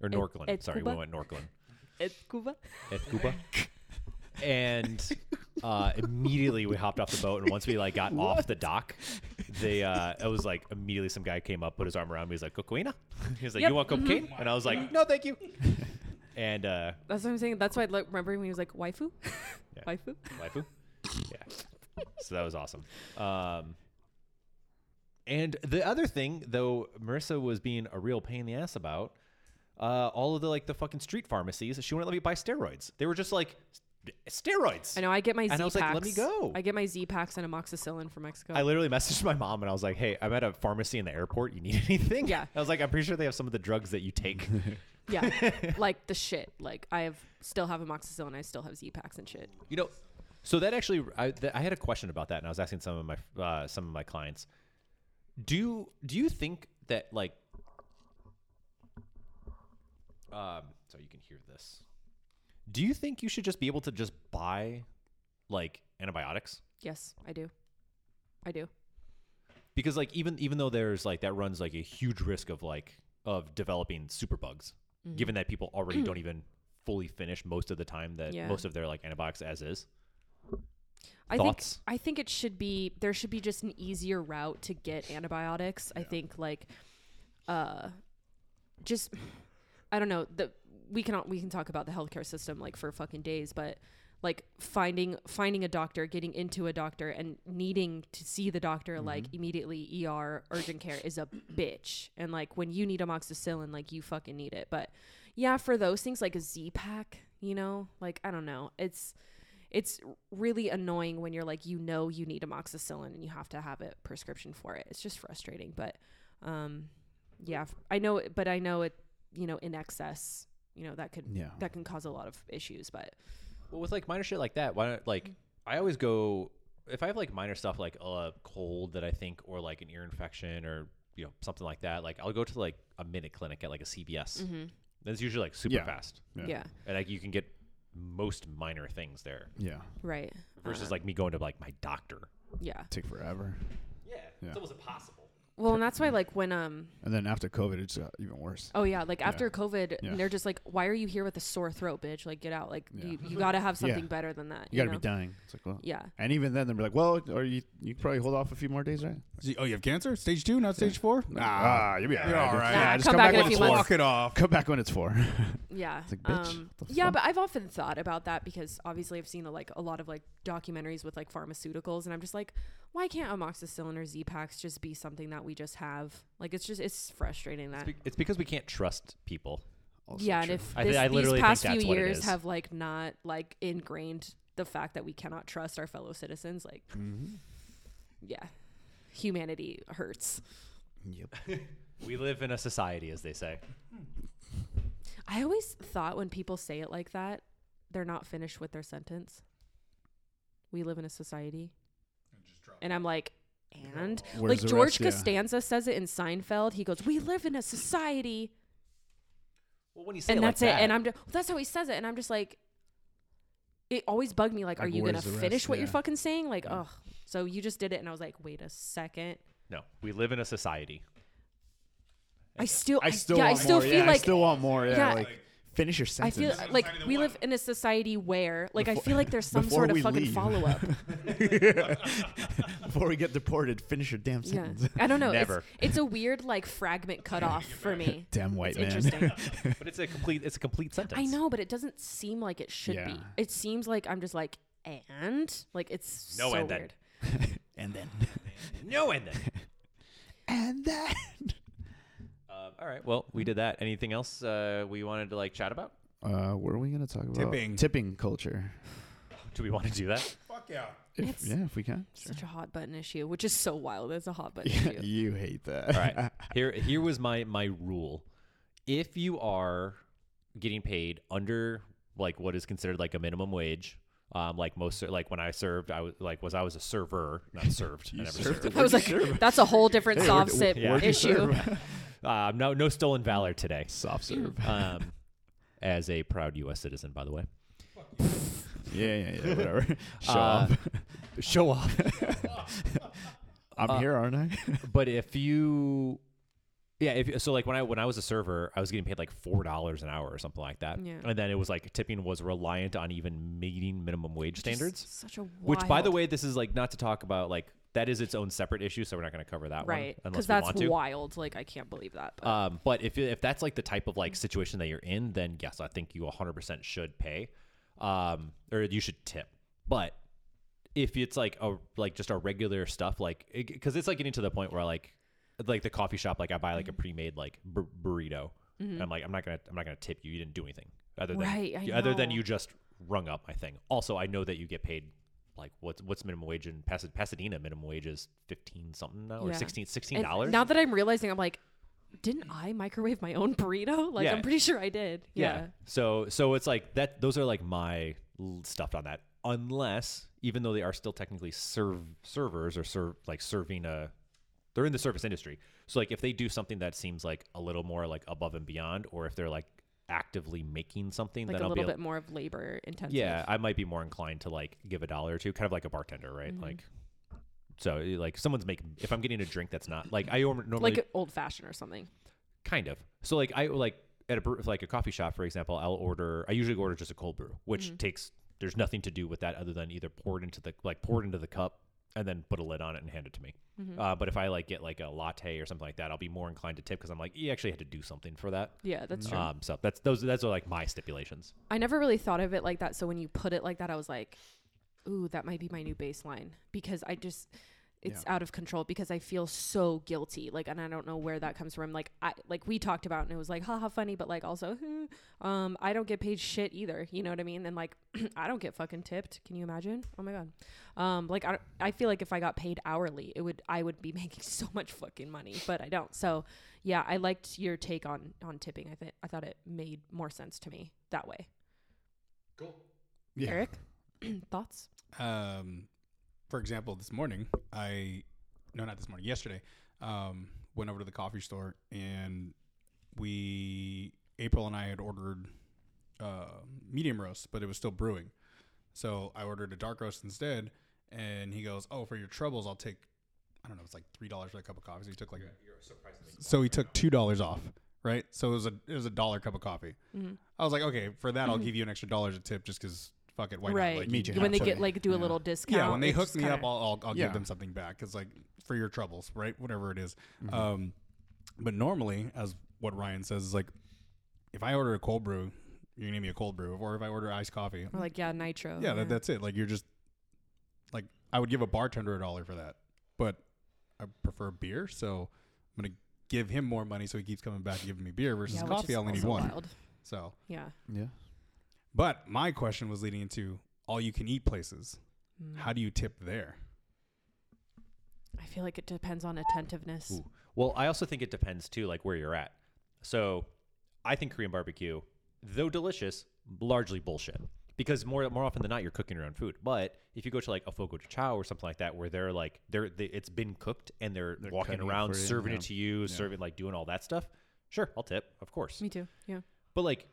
or Norclin.
Mm-hmm. at
Sorry, we
Cuba?
went Norclin
It's Cuba.
at Cuba, and uh, immediately we hopped off the boat. And once we like got off the dock, they uh, it was like immediately some guy came up, put his arm around me. He's like, [LAUGHS] "Cocaine?" He was like,
Yep, mm-hmm.
"You want cocaine?" And I was like, "No,
[LAUGHS]
thank you." and uh,
That's what I'm saying. That's why I lo- remember when he was like waifu,
Yeah.
[LAUGHS] waifu.
waifu. yeah. So that was awesome. Um, and the other thing, though, Marissa was being a real pain in the ass about uh, all of the like the fucking street pharmacies. She wouldn't let me buy steroids. They were just like steroids.
I know. I get my Z
And I was like,
packs.
"Let me go."
I get my Z packs and amoxicillin from Mexico.
I literally messaged my mom and I was like, "Hey, I'm at a pharmacy in the airport. You need [LAUGHS] anything?"
Yeah.
I was like, "I'm pretty sure they have some of the drugs that you take."
yeah,
[LAUGHS]
like the shit. Like I have still have amoxicillin. I still have Z packs and shit.
You know, so that actually, I, th- I had a question about that, and I was asking some of my uh, some of my clients. Do do you think that like, um, so you can hear this? Do you think you should just be able to just buy, like antibiotics?
Yes, I do. I do.
Because like even even though there's like that runs like a huge risk of like of developing superbugs, given that people already don't even fully finish most of the time that
Yeah.
most of their like antibiotics as is.
I
Thoughts?
think I think it should be there should be just an easier route to get antibiotics. I think like uh just I don't know, the we can we can talk about the healthcare system like for fucking days, but like finding finding a doctor, getting into a doctor and needing to see the doctor like immediately ER urgent care is a bitch. And like when you need amoxicillin, like you fucking need it. But yeah, for those things like a Z pack, you know, like I don't know. It's it's really annoying when you're like you know you need amoxicillin and you have to have a prescription for it. It's just frustrating, but um yeah, f- I know it- but I know it, you know, in excess, you know, that could
Yeah.
that can cause a lot of issues, but
Well, with like minor shit like that, why not like I always go if I have like minor stuff like a cold that I think or like an ear infection or you know something like that, like I'll go to like a minute clinic at like a CVS. That's usually like super
Yeah.
fast,
yeah,
Yeah.
and like you can get most minor things there
Yeah.
right.
versus like me going to like my doctor.
Yeah.
Take forever.
Yeah,
Yeah.
it's almost impossible.
Well, and that's why like when um
And then after COVID, it's got even worse.
Oh yeah, like after COVID,
Yeah.
they're just like, "Why are you here with a sore throat, bitch? Like, get out! Like,
Yeah.
you, you got to have
Yeah.
something better than that.
You got to
know?
be dying. It's like, well.
Yeah,
And even then, they'll be like, well, or you you could probably hold off a few more days, right?
So- Oh, you have cancer? Stage two, not stage four? Nah.
Ah, you'll be all
You're all right.
Yeah,
Nah,
just
come
come, back,
back in a
when
few
it's
months.
four.
Walk it off.
Come back when it's four. [LAUGHS]
yeah, um,
like, bitch, what the
yeah.
fuck?
But I've often thought about that because obviously I've seen like a lot of like documentaries with like pharmaceuticals, and I'm just like, why can't amoxicillin or Z packs just be something that we just have? Like, it's just it's frustrating that
It's because we can't trust people.
Also
yeah, and
true.
if
I thi-
this,
I
these
literally think
past few
that's what it
years
is.
have like not like ingrained the fact that we cannot trust our fellow citizens, like,
Mm-hmm.
yeah, humanity hurts.
Yep.
We live in a society, as they say.
I always thought when people say it like that, they're not finished with their sentence. We live in a society. And I'm like, and
Where's
like
the rest?
George
Yeah.
Costanza says it in Seinfeld. He goes, "We live in a society,"
Well, when you say
and
it
that's
like
it.
that,
And I'm just, that's how he says it. And I'm just like, it always bugged me. Like, are
Like,
you
where's
gonna
the rest?
finish what you're
Yeah.
fucking saying? Like, ugh. So you just did it, and I was like, wait a second.
no, we live in a [LAUGHS] society.
I still,
I still
yeah,
want
I still
more.
feel
yeah,
like
I still want more. Yeah,
yeah.
like Finish your
I
sentence.
feel
Society
like
that
we
what?
live in a society where, like, I
Before-
feel like there's some
before
sort of
we
fucking
leave.
follow up.
Before we get deported, finish your damn
[LAUGHS]
yeah,
sentence. [LAUGHS]
I don't know. it's-
Never.
It's, a weird like
[LAUGHS]
fragment cut off for me.
Damn white
It's
man.
interesting.
but it's a complete it's a complete sentence.
I know, but it doesn't seem like it should be.
Yeah.
It seems like I'm just like and like it's
No,
so
and then.
weird.
[LAUGHS] and then.
No, and then.
And then.
Um, all right. Well, we did that. Anything else uh, we wanted to like chat about?
[LAUGHS] Uh, what are we gonna talk about?
Tipping.
Tipping culture.
Do we want to do [LAUGHS] that?
Fuck yeah.
If-
It's-
yeah, if we can. Sure.
Such a hot button issue, which is so wild. It's a hot button
Yeah, [LAUGHS]
issue.
you hate that.
All
[LAUGHS]
right. Here, here was my my rule. If you are getting paid under like what is considered like a minimum wage, um, like most like when I served, I was like was I was a server, [LAUGHS] not served. I never served.
[LAUGHS]
I was like, [LAUGHS] that's a whole different
Hey,
soft
where'd-
sip
yeah. where'd you
issue. [LAUGHS]
Uh, no, no stolen valor [LAUGHS] today.
Soft serve.
Um, as a proud U.S. citizen, by the way.
[LAUGHS] yeah, yeah,
[LAUGHS]
yeah. Whatever. Show
Uh,
off. [LAUGHS]
Show off. [LAUGHS]
I'm
Uh,
here, aren't I? [LAUGHS]
but if you yeah if so like when i when i was a server i was getting paid like four dollars an hour or something like that
Yeah.
and then it was like tipping was reliant on even meeting minimum wage standards
Just Such a wild.
which by the way this is like not to talk about like that is its own separate issue so we're not going to cover that
right?
one
Because
unless we
that's
want to
wild. Like I can't believe that. But
um, but if if that's like the type of like situation that you're in, then yes, I think you 100% should pay, um, or you should tip. But if it's like a like just a regular stuff, like because it's like getting to the point where like like the coffee shop, like I buy like a pre-made like bur- burrito, and I'm like I'm not gonna I'm not gonna tip you. You didn't do anything other than
Mm-hmm. Right, I
other than
know.
you just rung up my thing. Also, I know that you get paid. Like what's what's minimum wage in Pas- Pasadena? Minimum wage is fifteen something now, or
Yeah.
16
And
dollars.
Now that I'm realizing, I'm like, didn't I microwave my own burrito? Like
Yeah.
I'm pretty sure I did. Yeah.
So so it's like that. Those are like my l- stuffed on that. Unless even though they are still technically serve servers or serve like serving a, they're in the service industry. So like if they do something that seems like a little more like above and beyond, or if they're like actively making something,
Like
then
a
I'll
little
be
bit more of labor intensive.
yeah, I might be more inclined to like give a dollar or two, kind of like a bartender,
Mm-hmm.
right? Like. So eh, like someone's making if I'm getting a drink that's not like I normally
Like old fashioned or something.
kind of so like i like at a bre- like a coffee shop for example i'll order i usually order just a cold brew which
Mm-hmm.
takes there's nothing to do with that other than either pour it into the like pour it into the cup and then put a lid on it and hand it to me
Mm-hmm.
uh, but if i like get like a latte or something like that i'll be more inclined to tip because i'm like you actually had to do something for that
Yeah, that's true.
um so that's those those are like my stipulations
I never really thought of it like that. So when you put it like that, I was like, ooh, that might be my new baseline because I just it's out of control because I feel so guilty. Like and I don't know where that comes from. Like I like we talked about and it was like haha funny, but like also hmm, um I don't get paid shit either. You know what I mean? And like [CLEARS THROAT] I don't get fucking tipped. Can you imagine? Oh my god. Um like I I feel like if I got paid hourly, it would I would be [LAUGHS] making so much fucking money, but I don't. So yeah, I liked your take on on tipping. I think I thought it made more sense to me that way.
Yeah.
Eric, [CLEARS THROAT] thoughts?
Um, for example, this morning I, no, not this morning, yesterday, um, went over to the coffee store and we, April and I had ordered uh, medium roast, but it was still brewing. So I ordered a dark roast instead, and he goes, "Oh, for your troubles, I'll take, I don't know, it's like three dollars for a cup of coffee." So he took like, so he took two dollars off, right? So it was a it was a dollar cup of coffee.
Mm-hmm.
I was like, okay,
[LAUGHS]
for that, I'll give you an extra dollar as a tip just because fuck it, why
Right.
not? Like,
Me
you-
too.
you
when they
Absolutely.
get like do a
Yeah.
little discount.
yeah, when they
it's
hook
just
me up,
kinda-
I'll I'll, I'll
Yeah.
give them something back. It's like for your troubles, right? Whatever it is.
Mm-hmm.
Um, but normally, as what Ryan says is like, if I order a cold brew, you're gonna give me a cold brew, or if I order iced coffee,
Or like Oh, yeah, nitro.
yeah, that, that's it. Like you're just like I would give a bartender a dollar for that, but I prefer beer, so I'm gonna give him more money so he keeps coming back giving me beer versus
Yeah, which
coffee.
is
I only need
also
one.
wild.
So,
Yeah.
Yeah.
but my question was leading into all you can eat places. How do you tip there?
Mm. I feel like it depends on attentiveness.
Ooh. Well, I also think it depends too, like where you're at. So, I think Korean barbecue, though delicious, largely bullshit because more more often than not you're cooking your own food. But if you go to like a Fogo de Chao or something like that, where they're like they're they, it's been cooked and they're, walking
cutting it
around
for you,
serving
yeah.
it to you, serving like doing all that stuff. Sure, I'll tip, of course.
Me too. Yeah.
But like,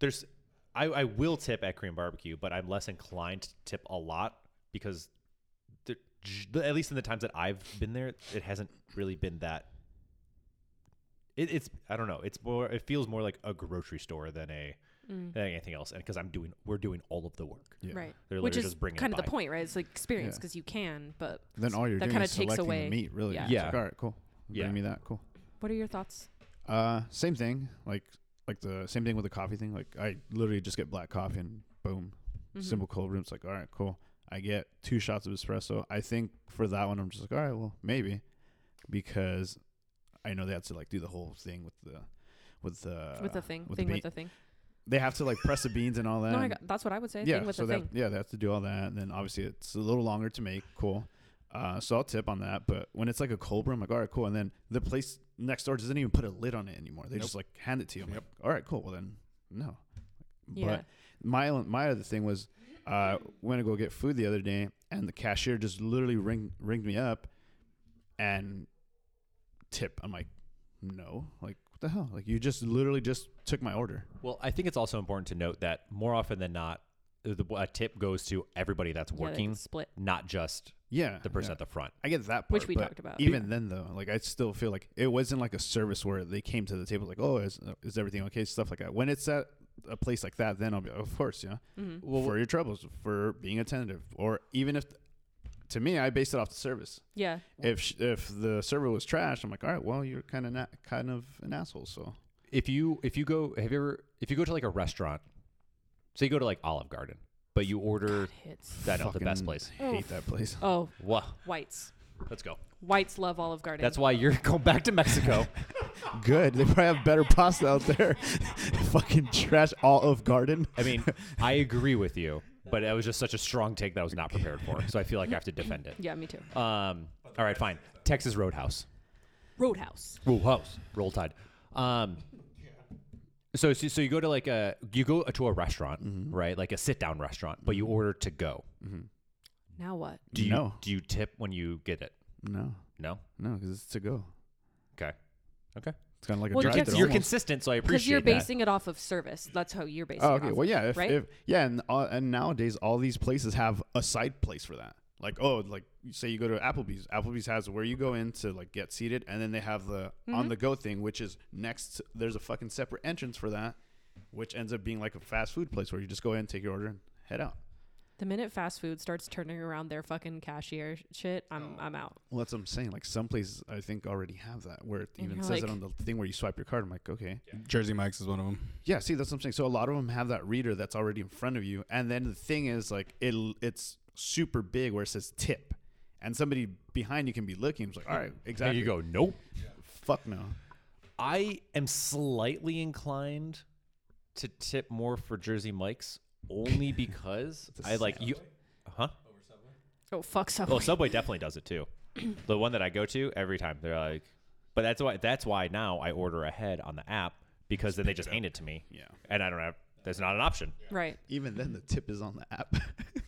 there's, I, I will tip at Korean barbecue, but I'm less inclined to tip a lot because, the, j- at least in the times that I've been there, it hasn't really been that. It, it's I don't know. It's more. It feels more like a grocery store than a than anything else, and because I'm doing, we're doing all of the work.
Yeah.
Mm. Right.
They're
Which
literally
is
just bringing it
kind of
by.
the point, right? It's like experience
Yeah.
because you can, but
Then all you're
That
doing
kinda
is
takes
selecting
away-
the meat, really.
yeah.
It's like,
Yeah.
all right, cool.
Yeah.
Bring me that. Cool.
what are your thoughts?
Uh, same thing. Like like the same thing with the coffee thing. Like I literally just get black coffee and boom,
Mhm.
simple cold room. It's like all right, cool. I get two shots of espresso. I think for that one, I'm just like all right, well maybe, because I know they have to like do the whole thing with the with the
with the Oh thing,
with the
thing
bean-
uh, with the Um, thing.
they have to like press the beans
[LAUGHS]
and all that.
no, I
and-
got, that's what I would say.
yeah,
thing with
so
the
they
thing.
Have, yeah, they have to do all that, and then obviously it's a little longer to make. Cool. Uh, so I'll tip on that. But when it's like a cold brew, I'm like, all right, cool. And then the place next door doesn't even put a lid on it anymore. They
Nope.
just like hand it to you. I'm
Yep.
like, all right, cool. Well then, no.
Yeah.
But my my other thing was, uh, went to go get food the other day, and the cashier just literally ring ringed me up, and tip. I'm like, no, like what the hell? Like you just literally just took my order.
Well, I think it's also important to note that more often than not, the, a tip goes to everybody that's
Yeah, they
working,
can split.
not just
Yeah,
the person
yeah.
at the front.
I get that part,
Which we
but
talked about.
Even then, though, like I still feel like it wasn't like a service where they came to the table like, "Oh, is, is everything okay?" Stuff like that. When it's at a place like that, then I'll be, of course, yeah,
Mhm.
for your troubles, for being attentive, or even if, to me, I based it off the service.
Yeah.
If sh- if the server was trash, I'm like, all right, well, you're kind of na- kind of an asshole. So
If you if you go, have you ever if you go to like a restaurant, so you go to like Olive Garden, but you order
God, hits.
that out the best
Fucking
place.
hate that place.
Oh,
Whoa,
whites.
let's go.
Whites love Olive Garden.
That's why you're [LAUGHS] going back to Mexico.
Good, they probably have better pasta out there. [LAUGHS] Fucking trash Olive Garden.
I mean, I agree with you, but it was just such a strong take that I was not prepared for, so I feel like I have to defend it.
yeah, me too.
Um, all right, fine. Texas Roadhouse.
Roadhouse.
Roadhouse. Roll Tide. Um, so, so so you go to like a you go to a restaurant, right? Like a sit down restaurant, but you order to go.
Now what?
Do you
No.
do you tip when you get it?
No,
No.
no, because it's to go.
Okay. Okay.
It's kind of like
Well,
a drive
Texas-
You're
You're
consistent, so I
Because
appreciate
you're basing it off of service. That's how you're basing
Oh,
it
okay.
off
Well,
of,
yeah. If,
right?
if yeah, and uh, and nowadays all these places have a side place for that. Like oh, like you say you go to Applebee's. Applebee's has where you go in to like get seated, and then they have the
Mm-hmm.
on the go thing, which is next. There's a fucking separate entrance for that, which ends up being like a fast food place where you just go in, take your order, and head out.
the minute fast food starts turning around their fucking cashier shit, I'm
Oh.
I'm out.
Well, that's what I'm saying. Like some places I think already have that where it
And
even
you're
says it
like-
on the thing where you swipe your card. I'm like, okay,
Jersey Mike's is one of them.
Yeah, see, that's what I'm saying. So a lot of them have that reader that's already in front of you, and then the thing is like it it's super big where it says tip, and somebody behind you can be looking. It's like, all right,
There
exactly.
you go. Nope.
Fuck no.
I am slightly inclined to tip more for Jersey Mike's [LAUGHS] only because I like you. Huh?
Oh fuck Subway.
Well, Subway definitely does it [CLEARS THROAT] too. the one that I go to every time, they're like, but that's why that's why now I order ahead on the app because then they just hand it to me.
Yeah.
And I don't have. There's not an option.
[LAUGHS] right.
Even then, the tip is on the app.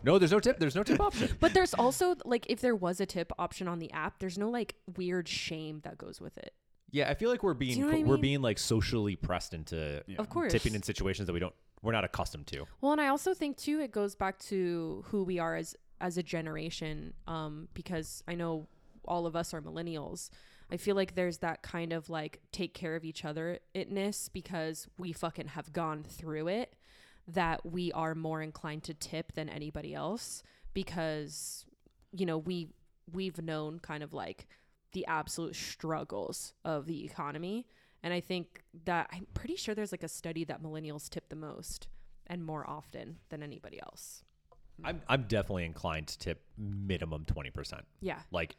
No, there's no tip. There's no tip option.
But there's also like if there was a tip option on the app, there's no like weird shame that goes with it.
Yeah, I feel like we're being
know what I
we're
mean?
being like socially pressed into
Of course.
tipping in situations that we don't we're not accustomed to.
Well, and I also think too it goes back to who we are as as a generation um because I know all of us are millennials. I feel like there's that kind of like take care of each other itness because we fucking have gone through it that we are more inclined to tip than anybody else because you know we we've known kind of like the absolute struggles of the economy and I think that I'm pretty sure there's like a study that millennials tip the most and more often than anybody else.
I'm I'm definitely inclined to tip minimum twenty percent.
Yeah.
Like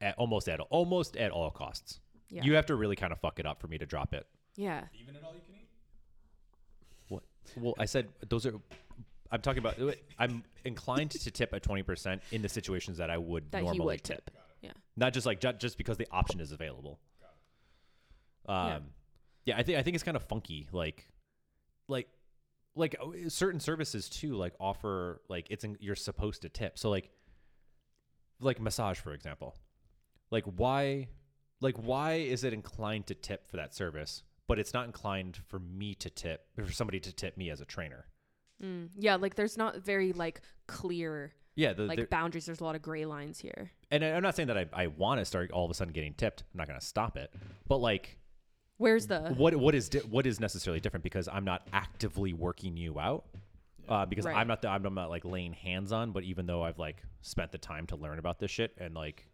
at almost at almost at all costs.
Yeah.
You have to really kind of fuck it up for me to drop it.
Yeah.
Even at all you can eat.
What? Well, I said those are. I'm talking about. I'm inclined to tip at twenty percent in the situations that I would
That
normally
he would tip. Yeah.
not just like ju- just because the option is available. Um,
Yeah.
yeah. I think I think it's kind of funky, like, like, like uh, certain services too, like offer like it's in, you're supposed to tip. So like, like massage for example, like why, like why is it inclined to tip for that service, but it's not inclined for me to tip for somebody to tip me as a trainer.
Mm. Yeah, like there's not very like clear
Yeah,
Uh,
the,
like
the-
boundaries. There's a lot of gray lines here.
and I- I'm not saying that I, I want to start all of a sudden getting tipped. I'm not going to stop it. But like,
Where's the
what what is di- what is necessarily different because I'm not actively working you out uh, because
Right.
I'm not the, I'm not like laying hands on but even though I've like spent the time to learn about this shit and like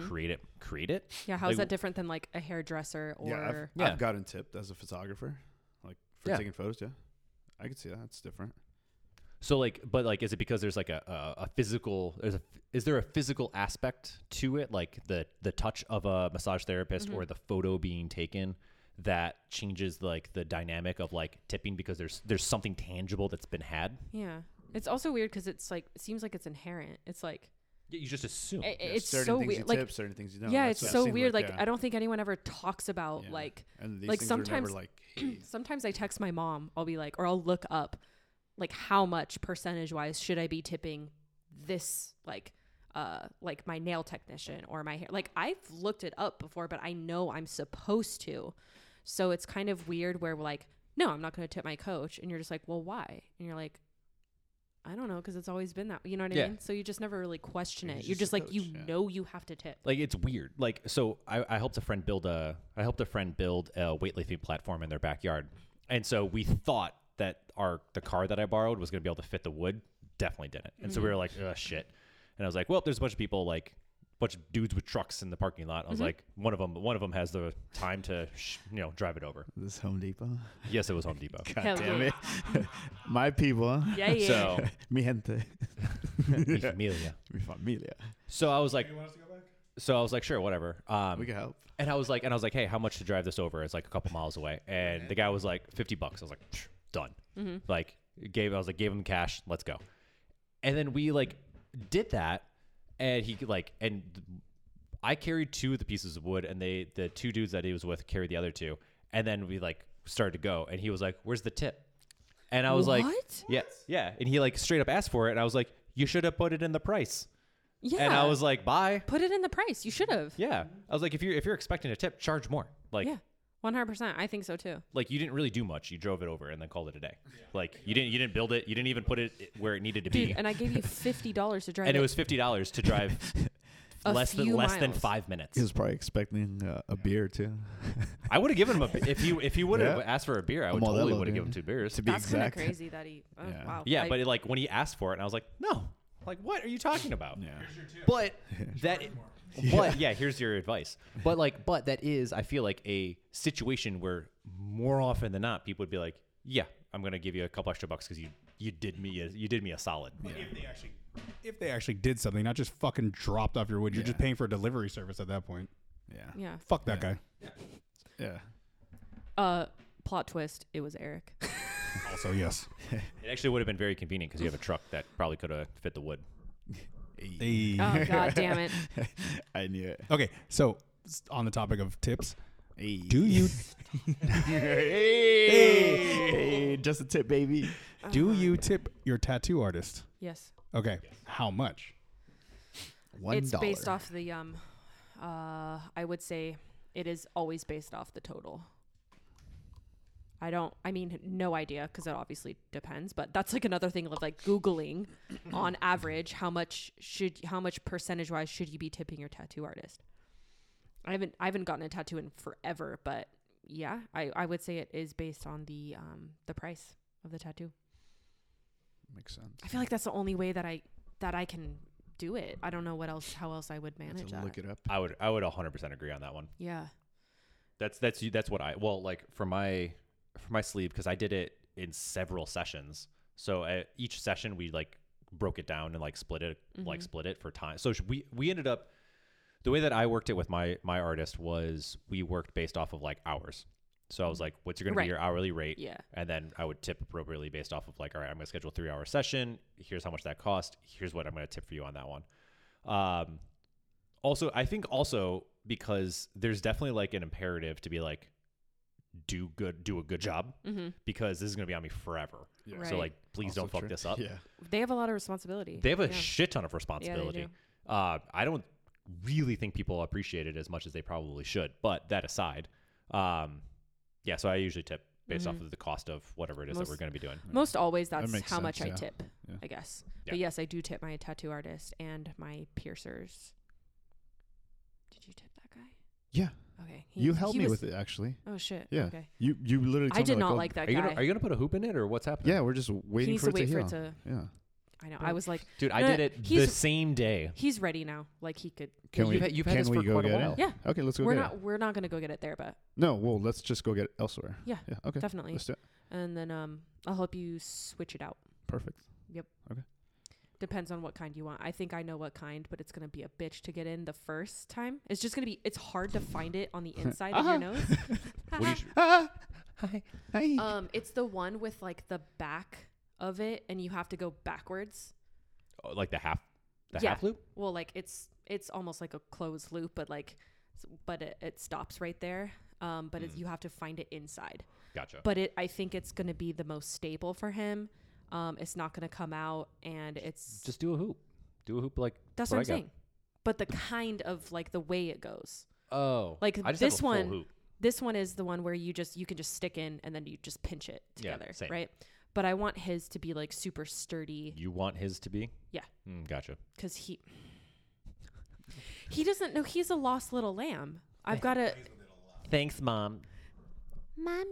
create it create it
yeah? How's
like,
that different than like a hairdresser
[LAUGHS]
or
yeah, I've,
Yeah.
I've gotten tipped as a photographer, like for
Yeah.
taking photos. Yeah, I could see that. It's different.
so like but like is it because there's like a a, a physical there's a is there a physical aspect to it like the the touch of a massage therapist or the photo being taken that changes like the dynamic of like tipping because there's there's something tangible that's been had
yeah? It's also weird because it's like it seems like it's inherent. It's like
you just assume
i- i-
Yeah,
it's
certain
so
things you
weird. Like
tip, certain things you don't.
yeah,
That's
it's
what I've
so
seen,
weird. Like,
yeah.
I don't think anyone ever talks about
Yeah.
like
and these
like,
things are never,
sometimes-
like
[CLEARS THROAT]
hey,
sometimes I text my mom. I'll be like, or I'll look up, like how much percentage wise should I be tipping this, like, uh, like my nail technician or my hair. Like I've looked it up before, but I know I'm supposed to. So it's kind of weird where we're like, no, I'm not going to tip my coach, and you're just like, well, why? And you're like. I don't know because it's always been that. You know what I
Yeah.
mean? So you just never really question
You're
it. You're
just
just
a
like you
coach, yeah.
know you have to tip.
like it's weird like so I, I helped a friend build a i helped a friend build a weightlifting platform in their backyard and so we thought that our the car that i borrowed was going to be able to fit the wood definitely didn't and so we were like oh shit and i was like well there's a bunch of people like bunch of dudes with trucks in the parking lot i was like one of them one of them has the time to sh- you know drive it over
this Home Depot.
yes it was home depot
God
Hell
damn
yeah.
it,
[LAUGHS]
[LAUGHS] my people, [LAUGHS] huh?
Yeah, yeah.
so [LAUGHS]
mi gente, [LAUGHS]
mi familia
mi familia.
so i was like
You want us to go back?
so i was like sure whatever um
We can help.
And I was like, and I was like, hey, how much to drive this over? It's like a couple miles away. And the guy was like, fifty bucks. I was like, "Psh, done.
Mm-hmm.
Like gave, I was like, gave him cash. Let's go. And then we like did that, and he like, and I carried two of the pieces of wood, and they, the two dudes that he was with, carried the other two. And then we like started to go, and he was like, where's the tip? And I was like,
What?
yeah, yeah. And he like straight up asked for it, and I was like, you should have put it in the price.
Yeah.
And I was like, bye.
put it in the price. You should have.
Yeah. I was like, if you're if you're expecting a tip, charge more. Like
yeah, one hundred percent. I think so too.
like you didn't really do much. You drove it over and then called it a day. Like you didn't you didn't build it. You didn't even put it i- where it needed to
Dude,
be.
and I
[LAUGHS]
gave you fifty dollars to drive.
And it was fifty dollars to drive
[LAUGHS] A
less than
few
less than
miles.
five minutes.
He was probably expecting uh, a beer too.
I would have given him a if he if he would have
Yeah.
asked for a beer, I would
Modelo,
totally would have
dude.
given him two beers.
to be
that's kind of
exact.
crazy that
[LAUGHS]
he. Oh,
Yeah.
Wow.
yeah,
Like,
but it, like when he asked for it, and I was like, no. Like what are you talking about?
Yeah.
But
[LAUGHS]
that but yeah, here's your advice. But like but that is I feel like a situation where more often than not people would be like, "Yeah, I'm going to give you a couple extra bucks cuz you you did me a, you did me a solid."
If they actually, if they actually did something, not just fucking dropped off your wood, you're just
Yeah.
paying for a delivery service at that point.
Yeah.
[LAUGHS]
Yeah.
Fuck that guy.
Yeah.
Uh, plot twist. It was
[LAUGHS]
Eric.
Also, yes.
It actually would have been very convenient because you have a truck that probably could have fit the wood.
Hey.
oh God damn
[LAUGHS]
it.
I knew it.
Okay, so s- on the topic of tips,
Hey. [LAUGHS]
[LAUGHS] do you
hey. hey. Just a tip, baby.
do you tip your tattoo artist?
Yes.
Okay, how much?
One
it's based off the um. Uh, I would say it is always based off the total. I don't. I mean, no idea because it obviously depends. But that's like another thing of like googling, on average, how much should how much percentage wise should you be tipping your tattoo artist? I haven't I haven't gotten a tattoo in forever, but yeah, I I would say it is based on the um the price of the tattoo.
Makes sense.
I feel like that's the only way that I that I can do it. I don't know what else how else I would
Have
manage
to
that.
look it up.
I would I would 100% agree on that one.
Yeah.
That's that's that's what I well like for my for my sleeve because I did it in several sessions. So at each session we like broke it down and like split it like split it for time. So sh- we we ended up the way that I worked it with my my artist was we worked based off of like hours. So I was like, what's going to
Right.
be your hourly rate?
Yeah.
And then I would tip appropriately based off of like, all right, I'm going to schedule a three hour session. Here's how much that cost. Here's what I'm going to tip for you on that one. Um, also, I think also because there's definitely like an imperative to be like, do good, do a good job
Mm-hmm.
because this is going to be on me forever.
Yeah.
Right.
So like, please
Also
don't fuck
true.
this up.
Yeah.
They have a lot of responsibility.
They have a
Yeah.
shit ton of responsibility. uh, I don't really think people appreciate it as much as they probably should. But that aside, um, yeah, so I usually tip based off of the cost of whatever it is that we're
Mm-hmm. Most-
going to be
Mm-hmm.
doing.
Most always that's
makes
how much
sense,
I
yeah.
tip,
Yeah.
I guess.
Yeah.
But yes, I do tip my tattoo artist and my piercers. Did you tip that guy?
Yeah.
Okay. he-
You helped
he
me
was-
with it actually.
Oh shit.
Yeah.
Okay.
You you literally.
I
told me,
did not
oh,
like that
Are you,
guy.
gonna, are you gonna put a hoop in it or what's happening?
Yeah, we're just
he
waiting
needs
for
to
it to
wait for
heal.
it to.
yeah.
I know. I was like,
dude, I
No,
did it the
he's-
same day.
he's ready now. Like he could.
Can
You've
we?
had- you've had
can
this
we
for
go
quite a
get
while.
it?
Yeah.
Okay, let's go
we're
get
not.
it.
We're not gonna go get it there, but
No, well, let's just go get it elsewhere.
Yeah,
Yeah. Okay.
definitely.
Let's do it.
And then um, I'll help you switch it out.
Perfect.
Depends on what kind you want. I think I know what kind, but it's gonna be a bitch to get in the first time. It's just gonna be. It's hard to find it
[LAUGHS]
on the inside of your nose.
Uh-huh. What
[LAUGHS]
do you,
Hey.
um, it's the one with like the back of it, and you have to go backwards.
oh, like the half, the
Yeah.
half loop?
Well, like it's it's almost like a closed loop, but like, s- but it, it stops right there. Um, but it's,
Hmm.
you have to find it inside.
Gotcha.
but it I think it's going to be the most stable for him. Um, it's not going to come out, and it's
Just do a hoop. Do a hoop like
that's
what
what
I
I'm
got.
saying. But the kind of like the way it goes,
oh,
like
I just have a
this
full
one,
hoop.
this one is the one where you just you can just stick in and then you just pinch it
Yeah,
together,
same.
right? But I want his to be like super sturdy
You want his to be?
Yeah.
Mm, gotcha.
because he he doesn't know he's a lost little lamb. I've got to
Thanks, mom.
God.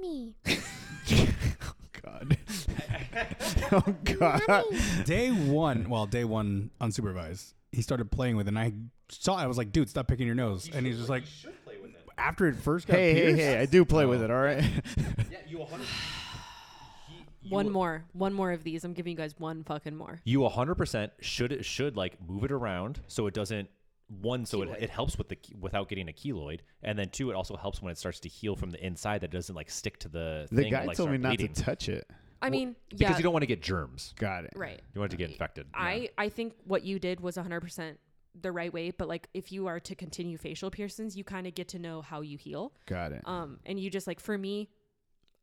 [LAUGHS]
[LAUGHS]
oh God.
day one, well, day one unsupervised, he started playing with it, and I saw it. I was like, dude, stop picking your nose. and he's just like, after it first got
Hey, hey,
pierced,
hey! I do play
Oh.
with it. All right. [LAUGHS]
Yeah, you 100.
one more, one more of these. I'm giving you guys one fucking more.
You 100% should should like move it around so it doesn't one so it,
Keloid.
it helps with the ke- without getting a keloid and then two it also helps when it starts to heal from the inside that it doesn't like stick to the
The
thing
guy
and, like,
told me
start
not
bleeding.
to touch it.
I mean,
because
yeah,
you don't want to get germs.
Got it.
right.
You want it to get infected.
I I think what you did was 100% the right way, but like if you are to continue facial piercings, you kind of get to know how you heal.
Got it.
Um and you just like for me,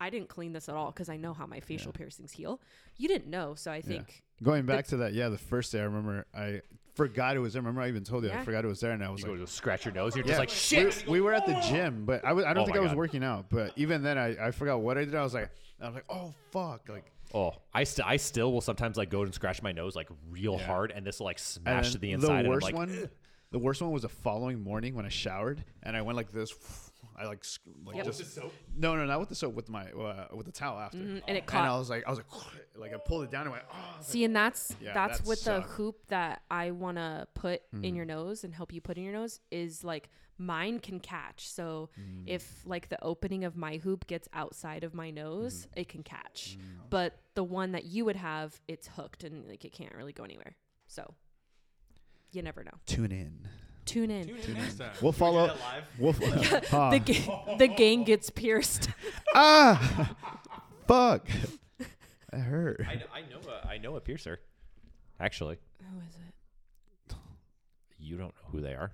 I didn't clean this at all cuz I know how my facial piercings heal. You didn't know, so I think
Going back to that, yeah. The first day, I remember I forgot it was there. Remember, I even told you
Yeah.
I forgot it was there, and I was
you
like,
go to scratch your nose. You're
Yeah,
just like shit.
We, we were at the gym, but I w- I don't
Oh
think
my
I was
God.
working out. But even then, I, I forgot what I did. I was like, I was like, oh fuck, like
Oh, I still I still will sometimes like go and scratch my nose like real hard, and this will like
and
smash to
then
the inside.
The worst
and I'm like,
one, the worst one was the following morning when I showered and I went like this. I like, sc- like
Yep.
just no, no, not with the soap, with my uh, with the towel after,
Mm-hmm, and it
And I
caught.
was like, I was like, [SIGHS] like I pulled it down and went,
[LAUGHS]
oh,
See, and that's
Yeah,
that's
that
what
sucked.
the hoop that I want to put in your nose and help you put in your nose is like mine can catch. So if like the opening of my hoop gets outside of my nose, it can catch. But the one that you would have, it's hooked and like it can't really go anywhere. So you never know.
tune in.
Tune in.
next time.
We'll follow. up. We'll follow.
[LAUGHS] The gang, the gang gets [LAUGHS] pierced.
[LAUGHS] ah, [LAUGHS]
[LAUGHS]
fuck. That hurt.
I know, I know, a, I know a piercer. Actually,
Who is it?
you don't know who they are.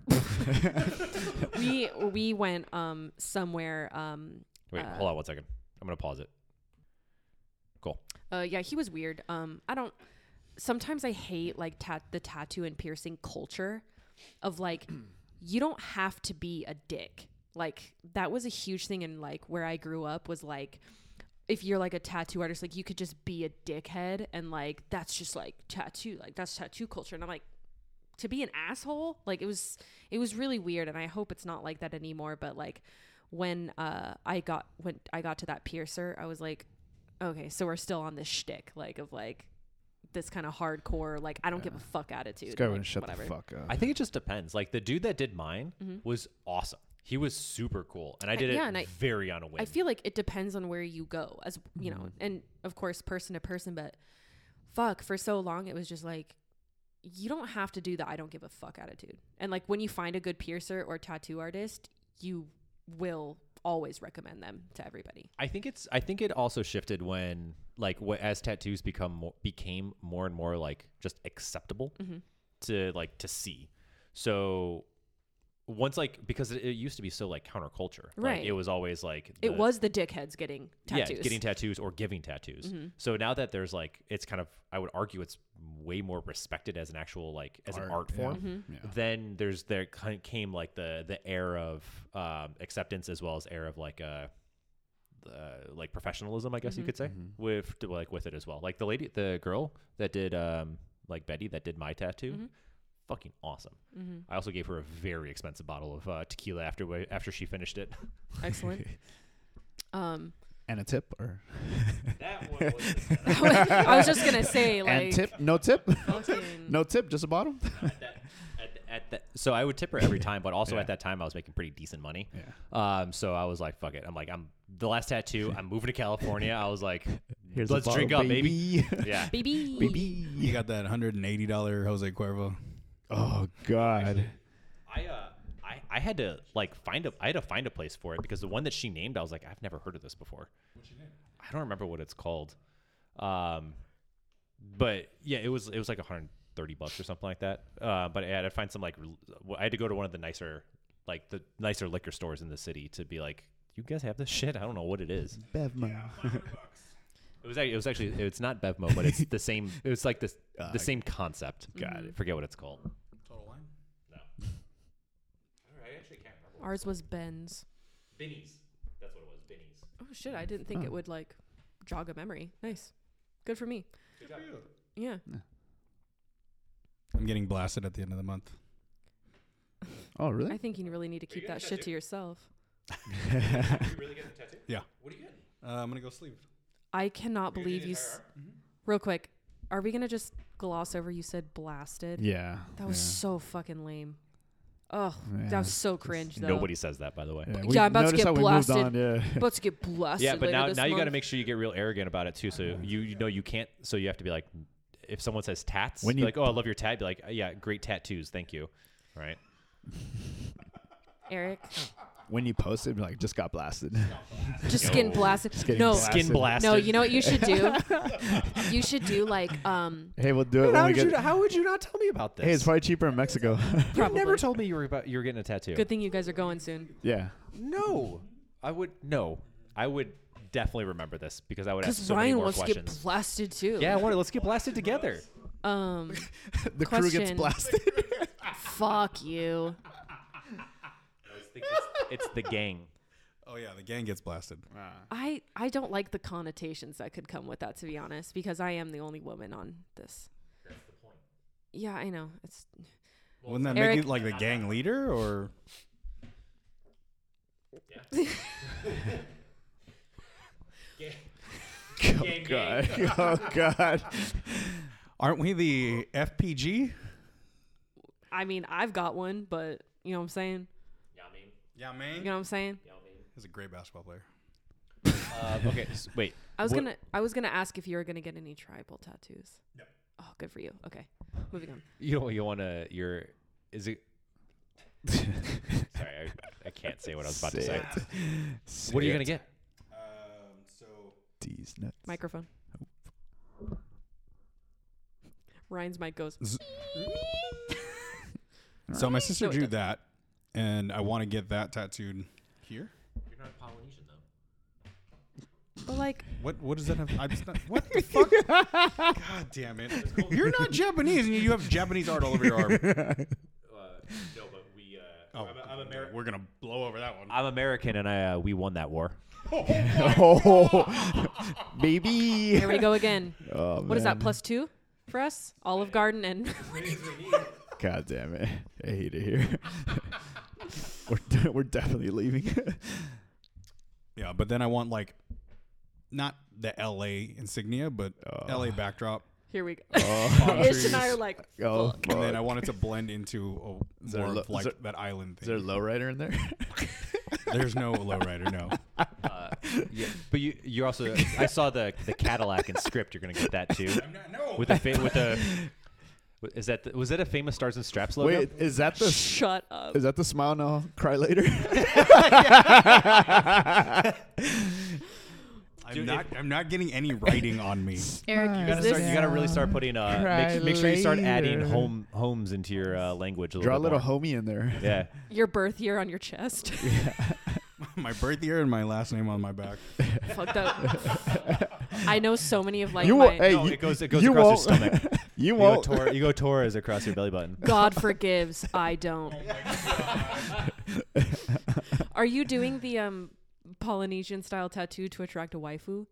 We we went um somewhere um
Wait,
Uh,
hold on one second. I'm gonna pause it. Cool.
Uh, yeah, he was weird. Um, I don't. Sometimes I hate like tat the tattoo and piercing culture, of like, you don't have to be a dick. Like that was a huge thing in like where I grew up was like, if you're like a tattoo artist, like you could just be a dickhead and like that's just like tattoo, like that's tattoo culture. And I'm like, to be an asshole, like it was it was really weird. And I hope it's not like that anymore. But like when uh I got when I got to that piercer, I was like, okay, so we're still on this shtick, like of like this kind of hardcore, like I don't give a fuck attitude.
This guy
like,
wouldn't shut
whatever.
the fuck up.
I think it just depends. Like the dude that did mine was awesome. He was super cool, and I did
yeah,
it
and I-
very on a whim.
I feel like it depends on where you go, as you know, and of course, person to person. But fuck, for so long, it was just like you don't have to do the I don't give a fuck attitude. And like when you find a good piercer or tattoo artist, you will always recommend them to everybody.
I think it's. I think it also shifted when, like, wh- as tattoos become more, became more and more like just acceptable
Mm-hmm.
to like to see. So once like because it, it used to be so like counterculture, Like,
Right.
it was always like
it
the-
was the dickheads getting tattoos. Mm-hmm.
Yeah, getting tattoos or giving tattoos. So now that there's like, it's kind of, I would argue it's way more respected as an actual like as an
Art,
art
yeah.
form.
Mm-hmm.
Yeah.
Then there's there kind of came like the the air of um, acceptance as well as air of like uh, uh like professionalism, I guess you could say
Mm-hmm.
with like with it as well. Like the lady, the girl that did um like Betty that did my tattoo. fucking awesome.
Mm-hmm.
I also gave her a very expensive bottle of uh, tequila after wa- after she finished it.
Excellent. Um, [LAUGHS]
And a tip or
[LAUGHS] that one was [LAUGHS]
I was just gonna say
and
like
tip? No
[LAUGHS]
tip? [LAUGHS]
fucking-
no tip, just a bottle?
at, at that, so I would tip her every time, but also
Yeah.
at that time I was making pretty decent money.
Yeah.
Um, so I was like, fuck it. I'm like, I'm the
[LAUGHS]
last tattoo. I'm moving to California. I was like,
a
let's drink
bottle,
up, baby.
baby. [LAUGHS]
[LAUGHS] Yeah.
baby.
You got that hundred and eighty dollar Jose Cuervo.
Oh God.
I, uh, I, I had to like find a I had to find a place for it because the one that she named I was like I've never heard of this before. I don't remember what it's called. Um, but yeah, it was it was like 130 bucks or something like that. Uh, but I had to find some like rel- I had to go to one of the nicer like the nicer liquor stores in the city to be like, you guys have this shit? I don't know what it is.
Bevmo.
It was ac- it was actually it's not Bevmo, but it's the same. It
[LAUGHS]
was like this the same concept.
Uh, got it.
Forget what it's called.
Total wine.
No. I actually can't remember.
Ours was Ben's.
Binnie's. That's what it was. Binnie's.
Oh shit! I didn't think it would like jog a memory. Nice, good for me. Yeah.
I'm getting blasted at the end of the month.
[LAUGHS] Oh really?
I think you really need to keep
you gonna
that shit to yourself.
[LAUGHS]
you really get the tattoo?
Yeah.
What are you getting?
Uh, I'm gonna go sleep.
I cannot believe you. S-
Mm-hmm.
Real quick, are we gonna just gloss over? You said blasted.
Yeah.
That was so fucking lame. Oh, that
Yeah.
was so cringe. Though.
Nobody says that, by the way.
Yeah,
Yeah,
we
I'm about to
noticed
get
how we
blasted.
Moved on, yeah.
[LAUGHS]
[LAUGHS]
about to get blasted.
Yeah, but
later
now
this
now you got to
month.
make sure you get real arrogant about it too. So you you know you can't. So you have to be like, if someone says tats,
When
be
you-
like, oh, I love your tat. Be like, yeah, great tattoos, thank you. All right. [LAUGHS]
Eric
When you posted, like just got blasted.
just skin
Yo.
blasted.
getting
no,
blasted.
Skin blasted.
no. You know what you
[LAUGHS]
should do? you should do like um
[LAUGHS] hey, we'll do it when
how
we
would
get.
you how would you not tell me about this?
hey, it's probably cheaper in Mexico.
probably.
never told me you were about you were getting a tattoo.
Good thing you guys are going soon.
[LAUGHS] yeah.
[LAUGHS]
No, I would no. I would definitely remember this because I would ask
Because
so many
Ryan
more
wants to
questions.
get blasted too.
yeah, I want to, let's get blasted together.
Um.
The crew gets
Question.
blasted. [LAUGHS]
fuck you.
It's, it's the gang.
Oh yeah, the gang gets blasted.
I I don't like the connotations that could come with that, to be honest, because I am the only woman on this. Yeah, I know. It's
Wouldn't that
Eric-
make you like the [LAUGHS] gang leader or?
oh [LAUGHS] god. oh god.
Aren't we the FPG?
I mean, I've got one, but you know what I'm saying?
Yeah,
You
man.
know what I'm saying?
He's a great basketball player.
[LAUGHS] Uh, okay, s- wait.
I was
What-
gonna I was gonna ask if you were gonna get any tribal tattoos. No. Oh, good for you. Okay. Moving on.
You don't. You want to? You're. Is
[LAUGHS]
it? Sorry, I, I can't say what I was about to say. What are you gonna get?
Um, so
These
[LAUGHS]
nuts.
Microphone. Ryan's mic goes
so my sister
No, it
drew that, and I want to get that tattooed here.
You're not Polynesian though.
but like
What what does that have? I'm just not, what
[LAUGHS]
the fuck? God damn it! [LAUGHS] You're not Japanese, and you have Japanese art all over your [LAUGHS] arm.
Uh, no, but we. Uh,
Oh, we're gonna blow over that one.
I'm American, and I uh, we won that war.
Oh, [LAUGHS] baby.
here [LAUGHS] we go again.
Oh,
What is that?
man.
Plus two for us? Olive Garden and [LAUGHS]
God damn it. I hate it here. [LAUGHS] we're, de- we're definitely leaving. [LAUGHS]
Yeah, but then I want like not the L.A. insignia, but L.A. backdropt,
here we go.
oh,
Ish and I are like
[LAUGHS] oh fuck.
and then I want it to blend into
Is
a
there
more
a lo-
of
is
like
there-
that island
is there a
thing.
lowrider in there?
There's no
[LAUGHS]
lowrider, no.
Yeah, but you you also I saw the the Cadillac in script. You're gonna get that too.
no.
With the fa- with the is that the, was that a famous Stars and
[LAUGHS]
Straps logo? [LAUGHS]
Wait, is that the
shut up.
is that the smile now cry later?
I'm not. I'm not getting any writing on [LAUGHS] me.
Eric,
You gotta,
is this
start, you gotta really start putting uh,
Cry
make, make sure you start adding
later.
home homes into your uh, language a little
[LAUGHS] Draw a
bit
little
more.
homie in there.
Yeah,
your birth year on
[LAUGHS]
your chest?
my birth year and my last name on my back.
Fucked up. I know so many of like
you
my
won't. Hey,
No,
you,
it goes it goes
you
across your
won't- [LAUGHS]
stomach.
you
You go,
won't.
tor- you go Torres across your belly
[LAUGHS]
button.
God forgives, I don't. Are you doing the um Polynesian style tattoo to attract a waifu?
No,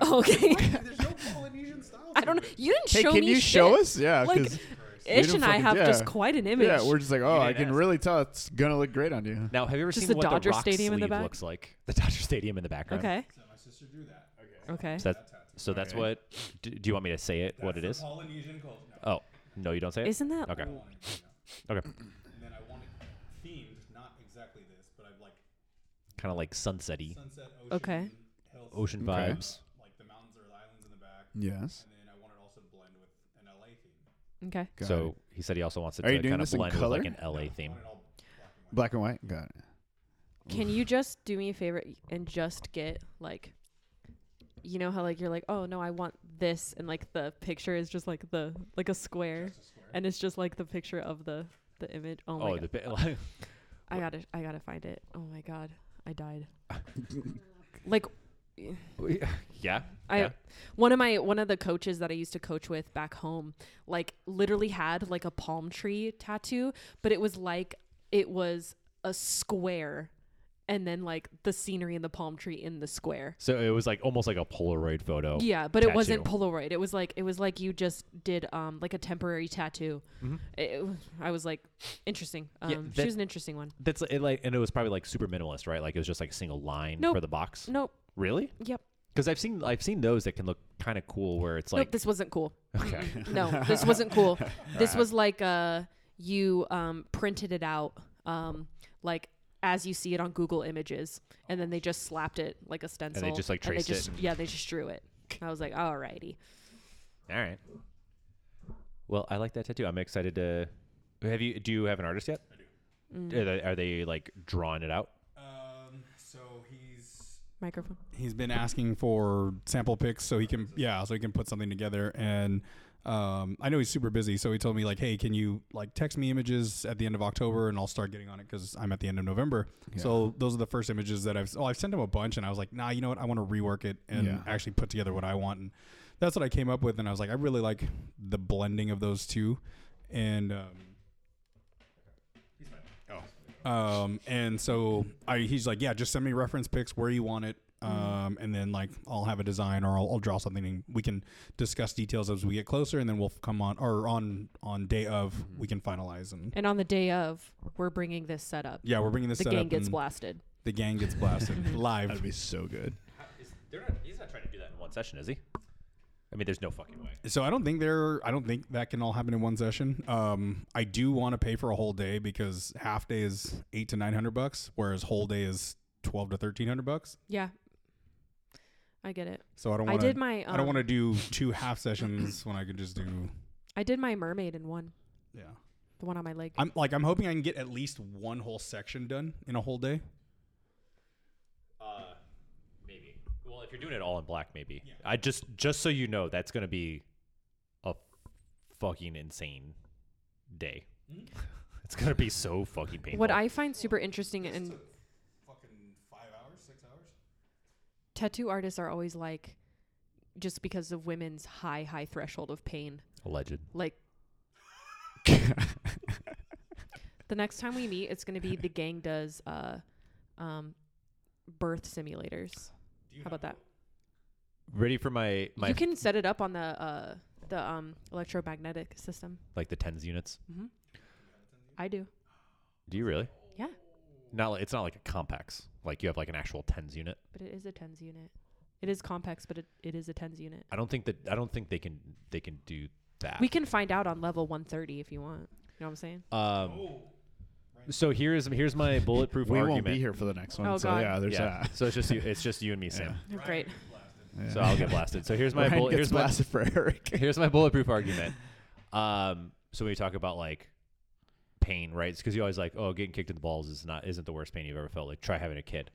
no.
Okay.
[LAUGHS] There's no Polynesian style.
I don't know. You didn't
Hey,
show
can
me
you
shit.
show us? Yeah,
Like-
because
Ish and I
fucking-
have
yeah.
just quite an image.
Yeah, we're just like, oh, I
didn't
can
ask.
really tell it's gonna look great on you.
Now, have you ever
Just
seen
the
what
Dodger
the rock
Stadium in
sleeve
the back?
looks like? The Dodger Stadium in the background.
okay.
So my sister drew that. Okay.
Okay.
So that's, so that's
Okay.
what. Do, do you want me to say it? what it is?
Polynesian culture.
Oh no, you don't say it.
Isn't that
okay. Okay.
And then I want it themed, not exactly this, but I've like
Kind of like sunsetty,
sunset, ocean,
Okay.
hills,
ocean
Okay.
vibes.
like the mountains or the islands in the back.
Yes.
And then I want it also to blend with an LA theme.
okay?
Got
So
it.
he said he also wants it
Are you
to
doing
kind of
this in
blend with like
color?
an LA theme.
I want it all black and
black
white.
and white. Got it.
Can you just do me a favor and just get like, you know how like you're like, oh no, I want this, and like the picture is just like the like a square, and it's just like the picture of the the image. Oh my
Oh,
god,
the bit. Like, [LAUGHS]
I gotta I gotta find it. Oh my god, I [LAUGHS] died. like
yeah.
I
yeah.
one of my one of the coaches that I used to coach with back home, like literally had like a palm tree tattoo, but it was like it was a square and then like the scenery and the palm tree in the square.
So it was like almost like a Polaroid photo.
Yeah, but it wasn't
Oh, Tattoo.
Polaroid. It was like it was like you just did um like a temporary tattoo. It- it w- I was like interesting. Um
Mm-hmm. Yeah,
she
that-
was an interesting one.
That's it like, and it was probably like super minimalist, right? Like it was just like a single line
Nope.
for the box.
Nope.
Really?
Yep.
Because I've seen I've seen those that can look kind of cool, where it's like
nope, this wasn't cool.
okay,
no, this wasn't cool. This was like uh, you um, printed it out um, like as you see it on Google Images, and then they just slapped it like a stencil.
just, like, traced
just- Yeah, they just drew it. I was like, alrighty.
all right. Well, I like that tattoo. I'm excited to. Have you? Do you have an artist yet? I
Mm.
do. Are, they, are they like drawing it out?
Um, so he's
Microphone.
he's been asking for sample pics so he can yeah so he can put something together and um, I know he's super busy so he told me like hey can you like text me images at the end of October and I'll start getting on it because I'm at the end of November so those are the first images that I've oh I've sent him a bunch and I was like nah you know what I want to rework it and
Yeah.
actually put together what I want and that's what I came up with and I was like I really like the blending of those two and um, um, and so I, he's like, yeah, just send me reference pics where you want it.
Mm-hmm.
Um, and then like I'll have a design or I'll, I'll draw something and we can discuss details as we get closer and then we'll come on or on on day of we can finalize and
Mm-hmm. And on the day of, we're bringing this setup.
yeah we're bringing this
The
set up
gang gets
and
blasted.
the gang gets blasted
[LAUGHS]
That'd
live
be so good. [LAUGHS]
he's not trying to do that in one session, is he? I mean, there's no fucking way.
so I don't think there I don't think that can all happen in one session um I do want to pay for a whole day because half day is eight to nine hundred bucks whereas whole day is twelve to thirteen hundred bucks
Yeah, I get it.
so I don't
I
want to
did my. Um,
I don't want to do two half sessions when I could just do.
I did my mermaid in one,
Yeah.
the one on my leg.
I'm like I'm hoping I can get at least one whole section done in a whole day.
Uh, maybe. Well, if you're doing it all in black, maybe. I just just so you know, that's gonna be a fucking insane day. [LAUGHS] it's gonna be so fucking painful.
what I find super interesting and
Fucking five hours, six hours.
tattoo artists are always like just because of women's high high threshold of pain
alleged.
like the next time we meet it's going to be the gang does uh um birth simulators how about that
Ready for my my
you can set it up on the uh the um electromagnetic system
like the tens units.
i do
Do you really?
yeah
Not like, it's not like a compacts. Like you have like an actual tens unit.
but it is a tens unit it is complex but it, it is a tens unit
I don't think that I don't think they can they can do that.
we can find out on level 130 if you want you know what i'm saying
um, so here's here's
[LAUGHS]
my bulletproof
Oh. We
argument.
won't be here for the next one.
Oh,
so
God.
yeah, there's
yeah.
that.
So it's just you, it's just you and
[LAUGHS]
me, Sam.
great
So I'll get blasted. So here's my
Ryan
bullet.
gets
Here's my,
blasted for
[LAUGHS]
Eric.
here's my bulletproof argument. Um, so when you talk about like pain, right? It's because you always like, oh, getting kicked in the balls is not isn't the worst pain you've ever felt. Like try having a kid.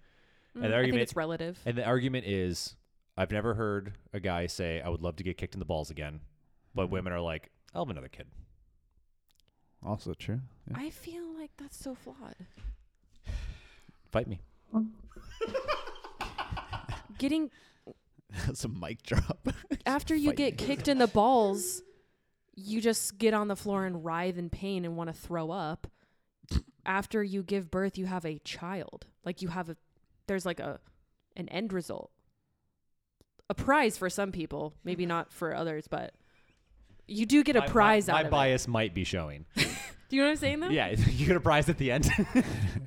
Mm,
and the
i think
argument
it's relative
and the argument is, I've never heard a guy say, I would love to get kicked in the balls again, but women are like, I'll have another kid.
Also true.
[LAUGHS]
Yeah.
i feel like that's so flawed
Fight me.
getting
That's a mic drop.
after you
fight
get kicked in the balls, you just get on the floor and writhe in pain and want to throw up. after you give birth, you have a child. Like you have a there's like a an end result. A prize for some people, maybe not for others, but You do get a
My- my-
prize
my,
out of it.
bias might
[LAUGHS]
be showing.
Do you know what I'm saying though?
yeah, [LAUGHS] you get a prize at [LAUGHS] the end.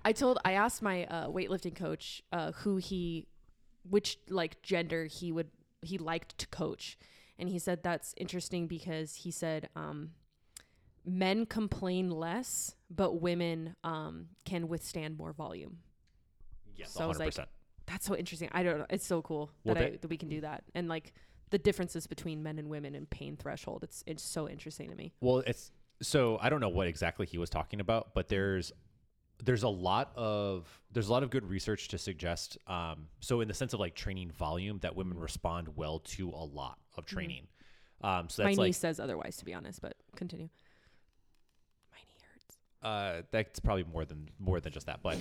I told I asked my uh, weightlifting coach uh, who he, which like gender he would he liked to coach, and he said that's interesting because he said um, men complain less, but women um, can withstand more volume.
yes,
So I was like,
100%.
That's so interesting. I don't know. It's so cool
Well,
that, I,
that-
that we can do that, and like the differences between men and women and pain threshold. It's it's so interesting to me.
Well, it's so I don't know what exactly he was talking about, but there's there's a lot of there's a lot of good research to suggest um, so in the sense of like training volume that
Mm-hmm.
women respond well to a lot of training. Um, so
my
that's
knee
like
says otherwise, to be honest. But continue. My knee hurts.
uh, that's probably more than more than just that, but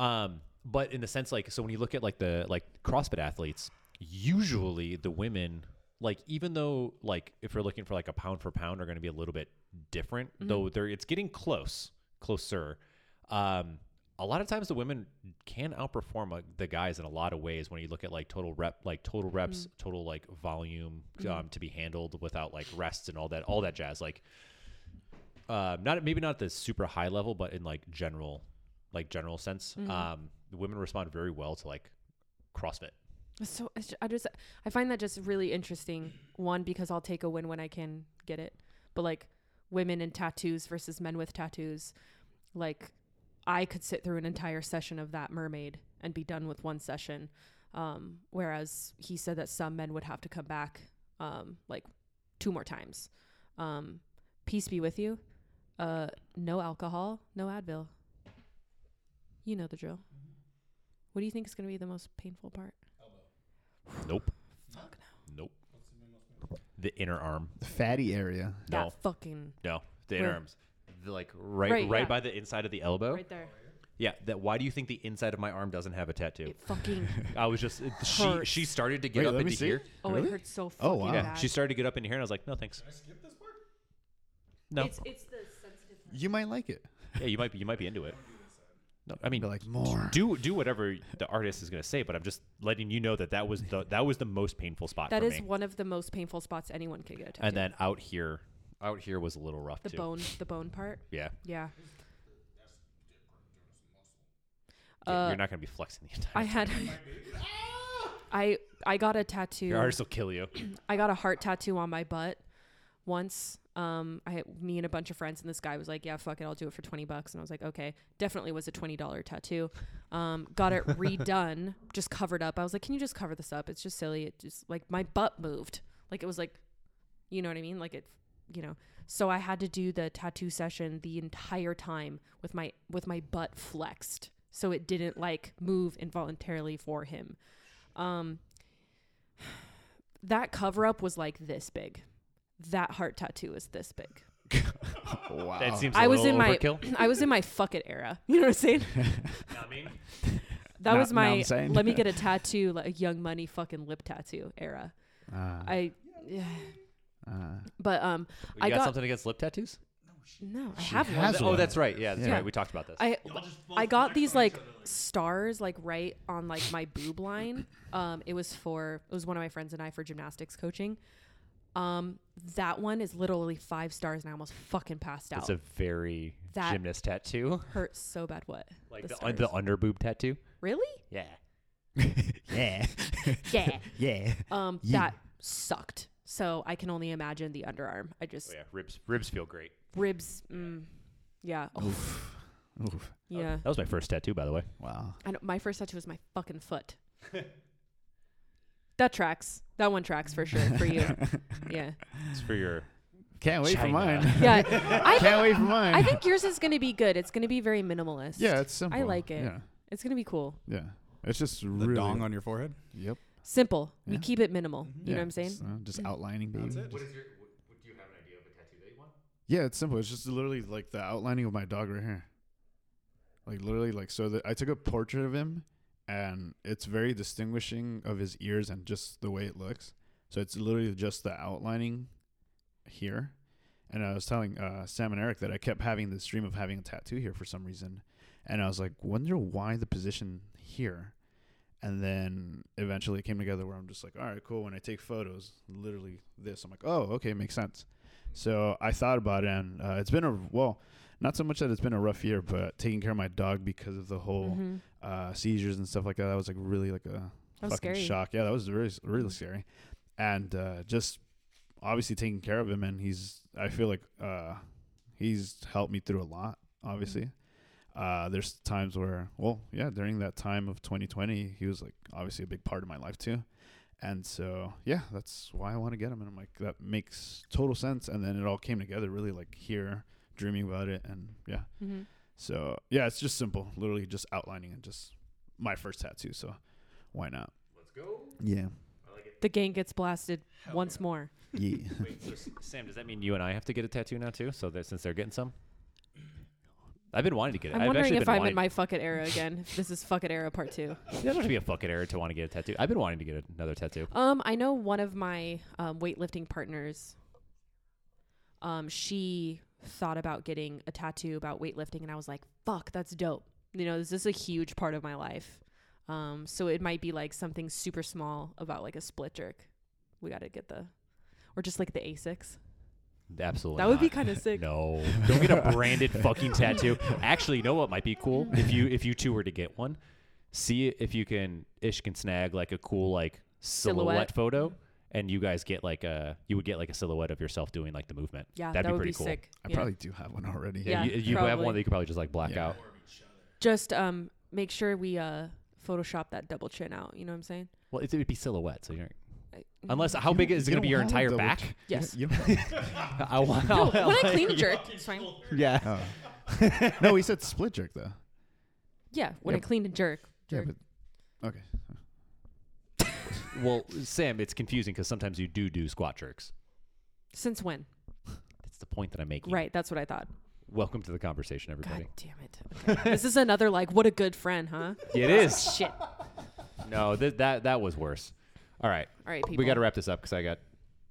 um, but in the sense like so when you look at like the like CrossFit athletes, usually the women like even though like if you're looking for like a pound for pound are going to be a little bit different though they're it's getting close closer. Um, a lot of times the women can outperform uh, the guys in a lot of ways when you look at like total rep like total reps total like volume um, to be handled without like rests and all that all that jazz like um, not maybe not at the super high level, but in like general, like general sense,
Mm-hmm.
um, the women respond very well to like CrossFit.
It's So it's ju- I just I find that just really interesting. One because I'll take a win when I can get it, but like women in tattoos versus men with tattoos, like I could sit through an entire session of that mermaid and be done with one session, um, whereas he said that some men would have to come back um, like two more times. Um, peace be with you. Uh, no alcohol, no Advil. You know the drill. What do you think is going to be the most painful part?
Nope,
Fuck no.
nope. The inner arm,
The fatty area.
no,
That fucking
no, the inner
Where?
arms, the, like right,
Right,
right,
yeah.
by the inside of the elbow.
right there.
Yeah, that. Why do you think the inside of my arm doesn't have a tattoo?
It
[LAUGHS]
fucking
I was just she
hurts.
she started to get
Wait,
up
let me
into
see.
here.
oh
Really?
it hurts so fucking
Oh, wow.
Yeah,
bad.
she started to get up into here, and I was like, no, thanks.
Skip this part.
No,
It's it's the sensitive.
You might like it.
yeah, you might be you might be into
[LAUGHS]
it. No, I mean,
Be like more.
do do whatever the artist is going to say, but I'm just letting you know that that was the that was the most painful spot
That
for
is
me.
one of the most painful spots anyone could get a tattoo.
and then out here, out here was a little rough
the
too.
bone, the bone part.
Yeah,
Yeah.
Yeah,
Uh,
you're not going to be flexing the entire.
I
time.
had [LAUGHS] I I got a tattoo.
your artist will kill [COUGHS] you.
I got a heart tattoo on my butt once. Um, I had me and a bunch of friends, and this guy was like, "Yeah, fuck it, I'll do it for twenty bucks." And I was like, "Okay." Definitely was a twenty dollar tattoo. Um, got it redone, [LAUGHS] just covered up. I was like, "Can you just cover this up? It's just silly. It just like my butt moved. Like it was like, you know what I mean? Like it, you know." So I had to do the tattoo session the entire time with my with my butt flexed, so it didn't like move involuntarily for him. Um, that cover up was like this big. That heart tattoo is this big.
Wow.
That seems. a
I was
little
in my
overkill.
[CLEARS THROAT] I was in my fuck it era. You know what I'm saying?
[LAUGHS]
I mean,
That
Now-
was
now
my
I'm saying.
let me
[LAUGHS]
get a tattoo, like a young money fucking lip tattoo era.
Ah,
I
ah.
but um
you
I
got,
got-
something against lip tattoos?
no, I have one.
has
oh,
one.
that's right. Yeah, that's
Yeah.
right. We talked about this.
I I got these like stars like right on like my boob line. Um, it was for it was one of my friends and I for gymnastics coaching. Um, that one is literally five stars, and I almost fucking passed out.
it's a very
That-
gymnast tattoo,
Hurt so bad. What? The
like the un- the
stars.
underboob tattoo.
Really?
Yeah.
[LAUGHS] yeah.
Yeah.
Yeah.
Um,
Yeah.
that sucked. So I can only imagine the underarm. I just
Oh, yeah, ribs ribs feel great.
ribs. Mm, yeah, oh,
Oof. Oof.
yeah.
That was my first tattoo, by the way.
Wow.
I know, my first tattoo was my fucking
[LAUGHS]
foot. that tracks. That one tracks for sure for you.
[LAUGHS]
yeah,
It's for your
[LAUGHS] Can't wait for
China.
mine.
yeah. I
[LAUGHS] Can't
think,
wait for mine.
I think yours is gonna be good. It's gonna be very minimalist.
[LAUGHS] yeah, it's simple.
like it.
Yeah.
it's gonna be cool.
Yeah. It's just
The
really
dong on your forehead.
Yep.
Simple. We
Yeah.
keep it minimal. You know
Yeah,
what I'm saying? Mm-hmm.
Just, uh, just outlining, baby.
That's it.
Just-
your? Do you have an idea of a tattoo that you want?
Yeah, it's simple. It's just literally like the outlining of my dog right here. Like literally, like so. That I took a portrait of him, and it's very distinguishing of his ears and just the way it looks. So it's literally just the outlining here. And I was telling uh, Sam and Eric that I kept having this dream of having a tattoo here for some reason, and I was like, wonder why the position here. And then eventually it came together where I'm just like, all right, cool. When I take photos, literally this, I'm like, oh, okay, makes sense. So I thought about it, and uh, it's been a well, not so much that it's been a rough year, but taking care of my dog because of the whole
Mhm.
uh, seizures and stuff like that. That was like really like a
That was
fucking
scary. Mm-hmm.
shock. Yeah, that was really really scary, and uh, just obviously taking care of him, and he's I feel like uh, he's helped me through a lot. Obviously,
Mm-hmm.
uh, there's times where well, yeah, during that time of 2020, he was like obviously a big part of my life too. And so, yeah, that's why I want to get him. And I'm like, that makes total sense. And then it all came together, really, like here, dreaming about it. And yeah,
Mm-hmm.
so yeah, it's just simple. Literally just outlining and just my first tattoo. So why not?
Let's go.
Yeah.
The gang gets blasted once more.
Yeah.
[LAUGHS] Wait, so S- Sam, does that mean you and I have to get a tattoo now too? So that since they're getting some, I've been wanting to get it.
I'm
I've
wondering
actually
if
been
I'm in
wanting,
my fuck it era again. if this is fuck it era part two.
[LAUGHS] It doesn't have to be a fucking error to want to get a tattoo. I've been wanting to get another tattoo.
Um, I know one of my um, weightlifting partners. Um, she thought about getting a tattoo about weightlifting, and I was like, "Fuck, that's dope." You know, this is a huge part of my life. Um, so it might be like something super small about like a split jerk. We got to get the, or just like the Asics.
Absolutely.
That would be
not.
kind of sick.
[LAUGHS] No, don't get a branded fucking tattoo. Actually, you know what might be cool if you if you two were to get one. See if you can Ish can snag like a cool like silhouette,
Silhouette.
photo, and you guys get like a you would get like a silhouette of yourself doing like the movement.
Yeah,
that'd
that
be
would
pretty
be
cool.
sick.
I
Yeah.
probably do have one already.
Yeah.
you, you have
probably.
one that you could probably just like black
Yeah.
out.
just um make sure we uh Photoshop that double chin out. You know what I'm saying?
Well, it, would be silhouette. So you're
I-
unless how big is it
You
gonna be
don't
your
have a
entire
double [LAUGHS]
back? [LAUGHS]
ch-
Yes.
You don't-
I want.
No, when I clean
[LAUGHS]
jerk, it's fine.
yeah.
oh. [LAUGHS] no, he said split jerk though.
Yeah, when
Yeah,
I clean and jerk.
Yeah,
jerk.
but okay.
Well, Sam, it's confusing because sometimes you do do squat jerks.
Since when?
That's the point that I'm making.
Right, that's what I thought.
Welcome to the conversation,
God
everybody.
damn it. Okay. this is another like what a good friend, huh?
[LAUGHS] It is.
Shit.
No, th- that that was worse. All right,
All right, people.
we got to wrap this up because I got.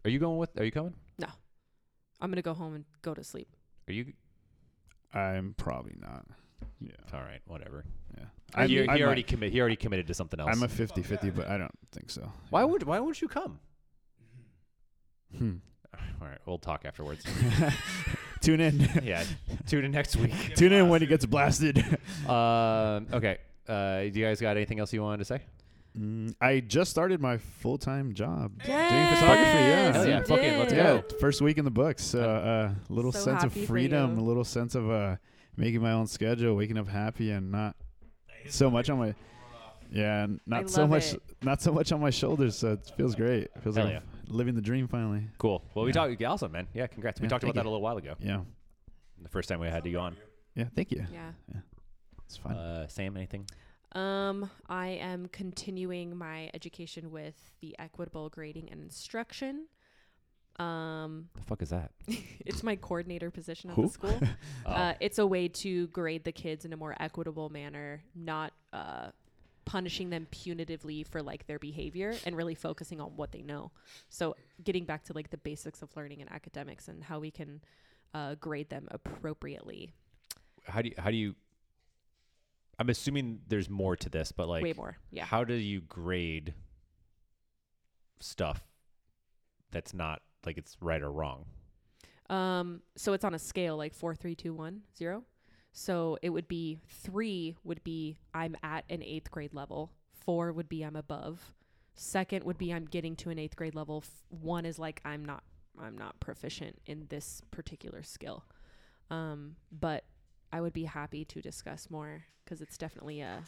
Are you going with? Are you coming?
I'm gonna go home and go to sleep.
Are you?
I'm probably not. Yeah.
All right, whatever.
Yeah.
I,
I'm-
he,
I'm
he
a-
already commit. He already committed to something else.
I'm a 50 50, but I don't think so.
why
Yeah.
would Why would you come?
Hmm.
All right, we'll
[LAUGHS]
talk afterwards.
Tune in.
[LAUGHS]
[LAUGHS]
yeah, tune in next week.
Tune in when he gets blasted. [LAUGHS]
Um. okay. Uh, do you guys got anything else you wanted to say?
Mm, I just started my full time job.
Yes,
photography, yeah.
Hell
you
yeah, fuck it, let's
did.
Yeah,
go.
first week in the books. So, uh, a little
So
sense of
happy for
freedom,
you.
a little sense of uh, making my own schedule, waking up happy, and not so much on my yeah, n-
I
not so
love
much,
it.
not so much on my shoulders. So it feels great. It feels
Hell
like I'm living the dream finally.
Cool. Well, we
Yeah.
talked. Awesome, man. Yeah, congrats. We
Yeah,
talked about
thank
that
you.
a little while ago.
Yeah,
The first time we had you on.
yeah. Thank you.
Yeah.
It's fun.
Uh, Sam, anything?
Um, I am continuing my education with the equitable grading and instruction. Um,
The fuck is that?
it's my coordinator position at
Who?
the school.
Oh.
Uh, it's a way to grade the kids in a more equitable manner, not uh, punishing them punitively for like their behavior and really focusing on what they know. So getting back to like the basics of learning and academics and how we can uh, grade them appropriately.
how do you, how do you? I'm assuming there's more to this, but like,
Way more. Yeah.
how do you grade stuff that's not like it's right or wrong?
Um, so it's on a scale like four, three, two, one, zero. So it would be three would be I'm at an eighth grade level. Four would be I'm above. Second would be I'm getting to an eighth grade level. F- one is like I'm not I'm not proficient in this particular skill. Um, but I would be happy to discuss more because it's definitely a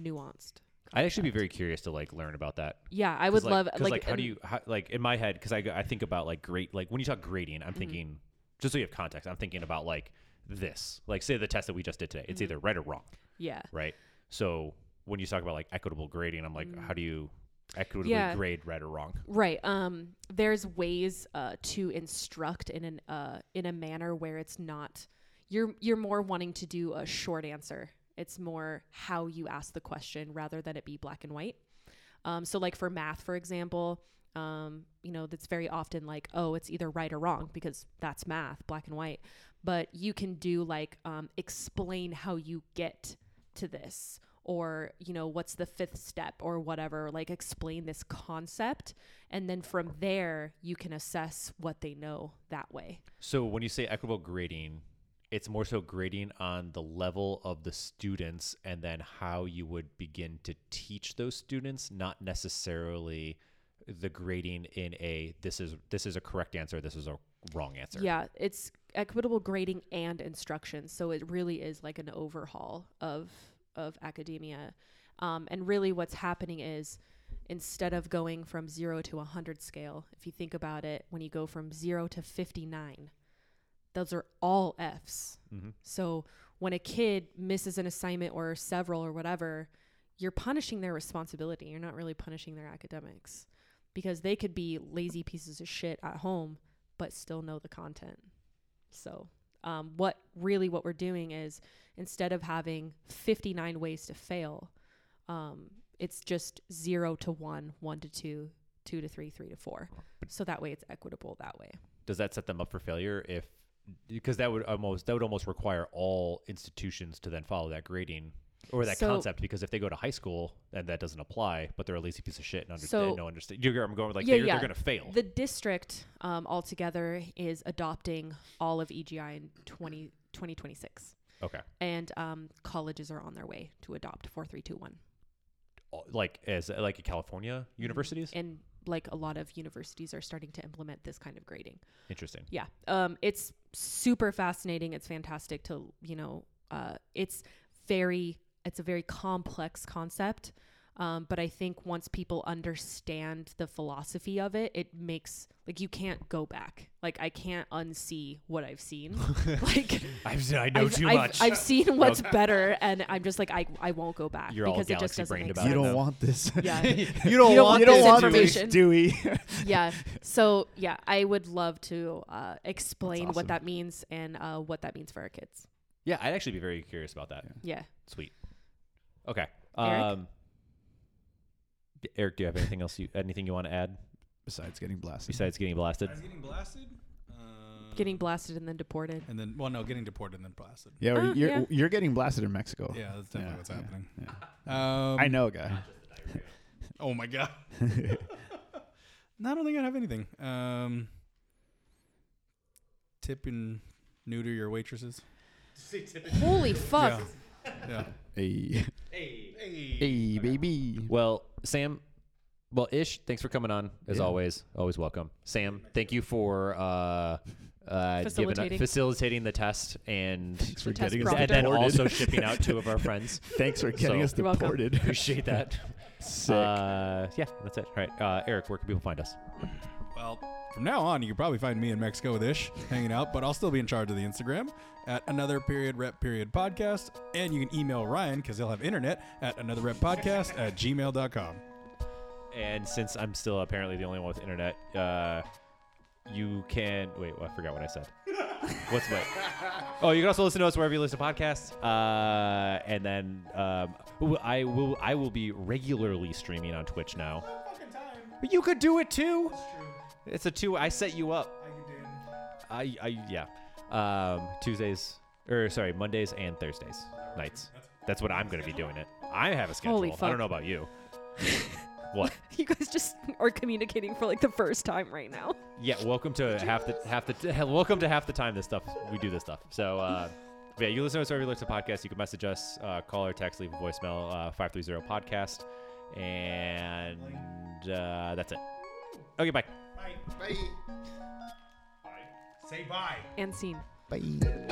nuanced.
I'd actually be very curious to like learn about that.
Yeah, I
'Cause,
would
like,
love
'cause,
like,
like, how
and-
do you how, like in my head because I, go- I think about like great like when you talk gradient,
Mm-hmm.
I'm thinking just so you have context. I'm thinking about like this like say the test that we just did today. It's
Mm-hmm.
either right or wrong,
yeah.
right? So when you talk about like equitable grading, I'm like, how do you equitably
Yeah.
grade right or wrong?
Right. Um, there's ways uh, to instruct in an uh, in a manner where it's not you're you're more wanting to do a short answer. It's more how you ask the question rather than it be black and white. Um, so like for math, for example, um, you know that's very often like oh it's either right or wrong because that's math, black and white. But you can do like um, explain how you get to this or you know what's the fifth step or whatever like explain this concept and then from there you can assess what they know that way
So when you say equitable grading, it's more so grading on the level of the students and then how you would begin to teach those students, not necessarily the grading in a this is this is a correct answer, this is a wrong answer.
Yeah, it's equitable grading and instruction. So it really is like an overhaul of of academia. Um, and really what's happening is instead of going from 0 to 100 scale, if you think about it, when you go from 0 to 59, those are all Fs. So when a kid misses an assignment or several or whatever, you're punishing their responsibility. You're not really punishing their academics because they could be lazy pieces of shit at home but still know the content. So, um, what really what we're doing is instead of having 59 ways to fail, um, it's just zero to one, one to two, two to three, three to four. So that way it's equitable that way.
Does that set them up for failure if because that would almost that would almost require all institutions to then follow that grading or that
So-
concept because if they go to high school and that doesn't apply, but they're a lazy piece of shit and under,
So-
they don't understand. You get where I'm going with like
Yeah,
they're,
yeah.
they're gonna fail.
The district um, altogether is adopting all of EGI in 20, 2026.
okay.
And um, colleges are on their way to adopt 4321.
all- like as like at California universities.
And like a lot of universities are starting to implement this kind of grading.
Interesting. [LAUGHS]
yeah um it's super fascinating it's fantastic to you know uh it's very it's a very complex concept um but i think once people understand the philosophy of it it makes like you can't go back like i can't unsee what i've
[LAUGHS]
seen like
I've, I know
I've,
too
I've-
much.
I've
[LAUGHS]
seen what's better and i'm just like i i won't go back
You're all
because it just doesn't
galaxy-brained
make
about
sense
it. know.
want this.
[LAUGHS]
[LAUGHS]
yeah
You don't,
want this information.
Dewey. [LAUGHS]
[LAUGHS]
yeah. So yeah, I would love to uh, explain
awesome.
what that means and uh, what that means for our kids.
yeah, I'd actually be very curious about that.
Yeah.
Sweet. Okay.
Eric?
Um, d- Eric, do you have anything else? You anything you want to add
Besides getting blasted.
besides getting blasted?
I was getting blasted. Um,
Getting blasted and then deported.
and then well, no, getting deported and then blasted.
Yeah,
Oh,
you're,
yeah.
you're getting blasted in Mexico.
Yeah, that's definitely what's
yeah,
happening.
yeah.
Um,
I know, guy.
Oh
[LAUGHS]
my god. no, I don't think I have anything. Um, tip and neuter your waitresses.
[LAUGHS] Holy fuck.
Yeah.
Hey. Hey. [LAUGHS] Hey, baby.
Well, Sam. Well, Ish, thanks for coming on as
Yeah.
always. Always welcome, Sam. Thank you for uh, uh,
Facilitating.
facilitating the test and [LAUGHS]
Thanks for
The test
getting us
prompt.
and then
deported. [LAUGHS]
also shipping out two of our friends.
Thanks
[LAUGHS]
for getting
So-
us
You're welcome.
deported.
Appreciate that.
Sick.
Uh, yeah, that's it. All right, uh, Eric, where can people find us?
Well, from now on, you can probably find me in Mexico with Ish hanging out, but I'll still be in charge of the Instagram at another period rep period podcast. And you can email Ryan because he'll have internet at another rep podcast at gmail.com.
And since I'm still apparently the only one with internet, uh, you can wait. Well, I forgot what I [LAUGHS] said. What's my? Oh, you can also listen to us wherever you listen to podcasts. Uh, and then um, ooh, I will I will be regularly streaming on Twitch now. But you could do it too. It's a two. I set you up. I, I yeah. Um, Tuesdays or sorry, Mondays and Thursdays nights. That's what I'm gonna be doing it. I have a schedule.
Holy
I
fuck.
don't know
[LAUGHS]
about you. what?
You guys just [LAUGHS] are communicating for like the first time right now.
Yeah. Welcome to half the half the [LAUGHS] hell, welcome to half the time this stuff we do this stuff. So. uh but yeah, you listen to us wherever you listen to podcasts. You can message us, uh, call or text, leave a voicemail, uh, 530 podcast. And uh, that's it. Okay, bye.
And scene.
Bye.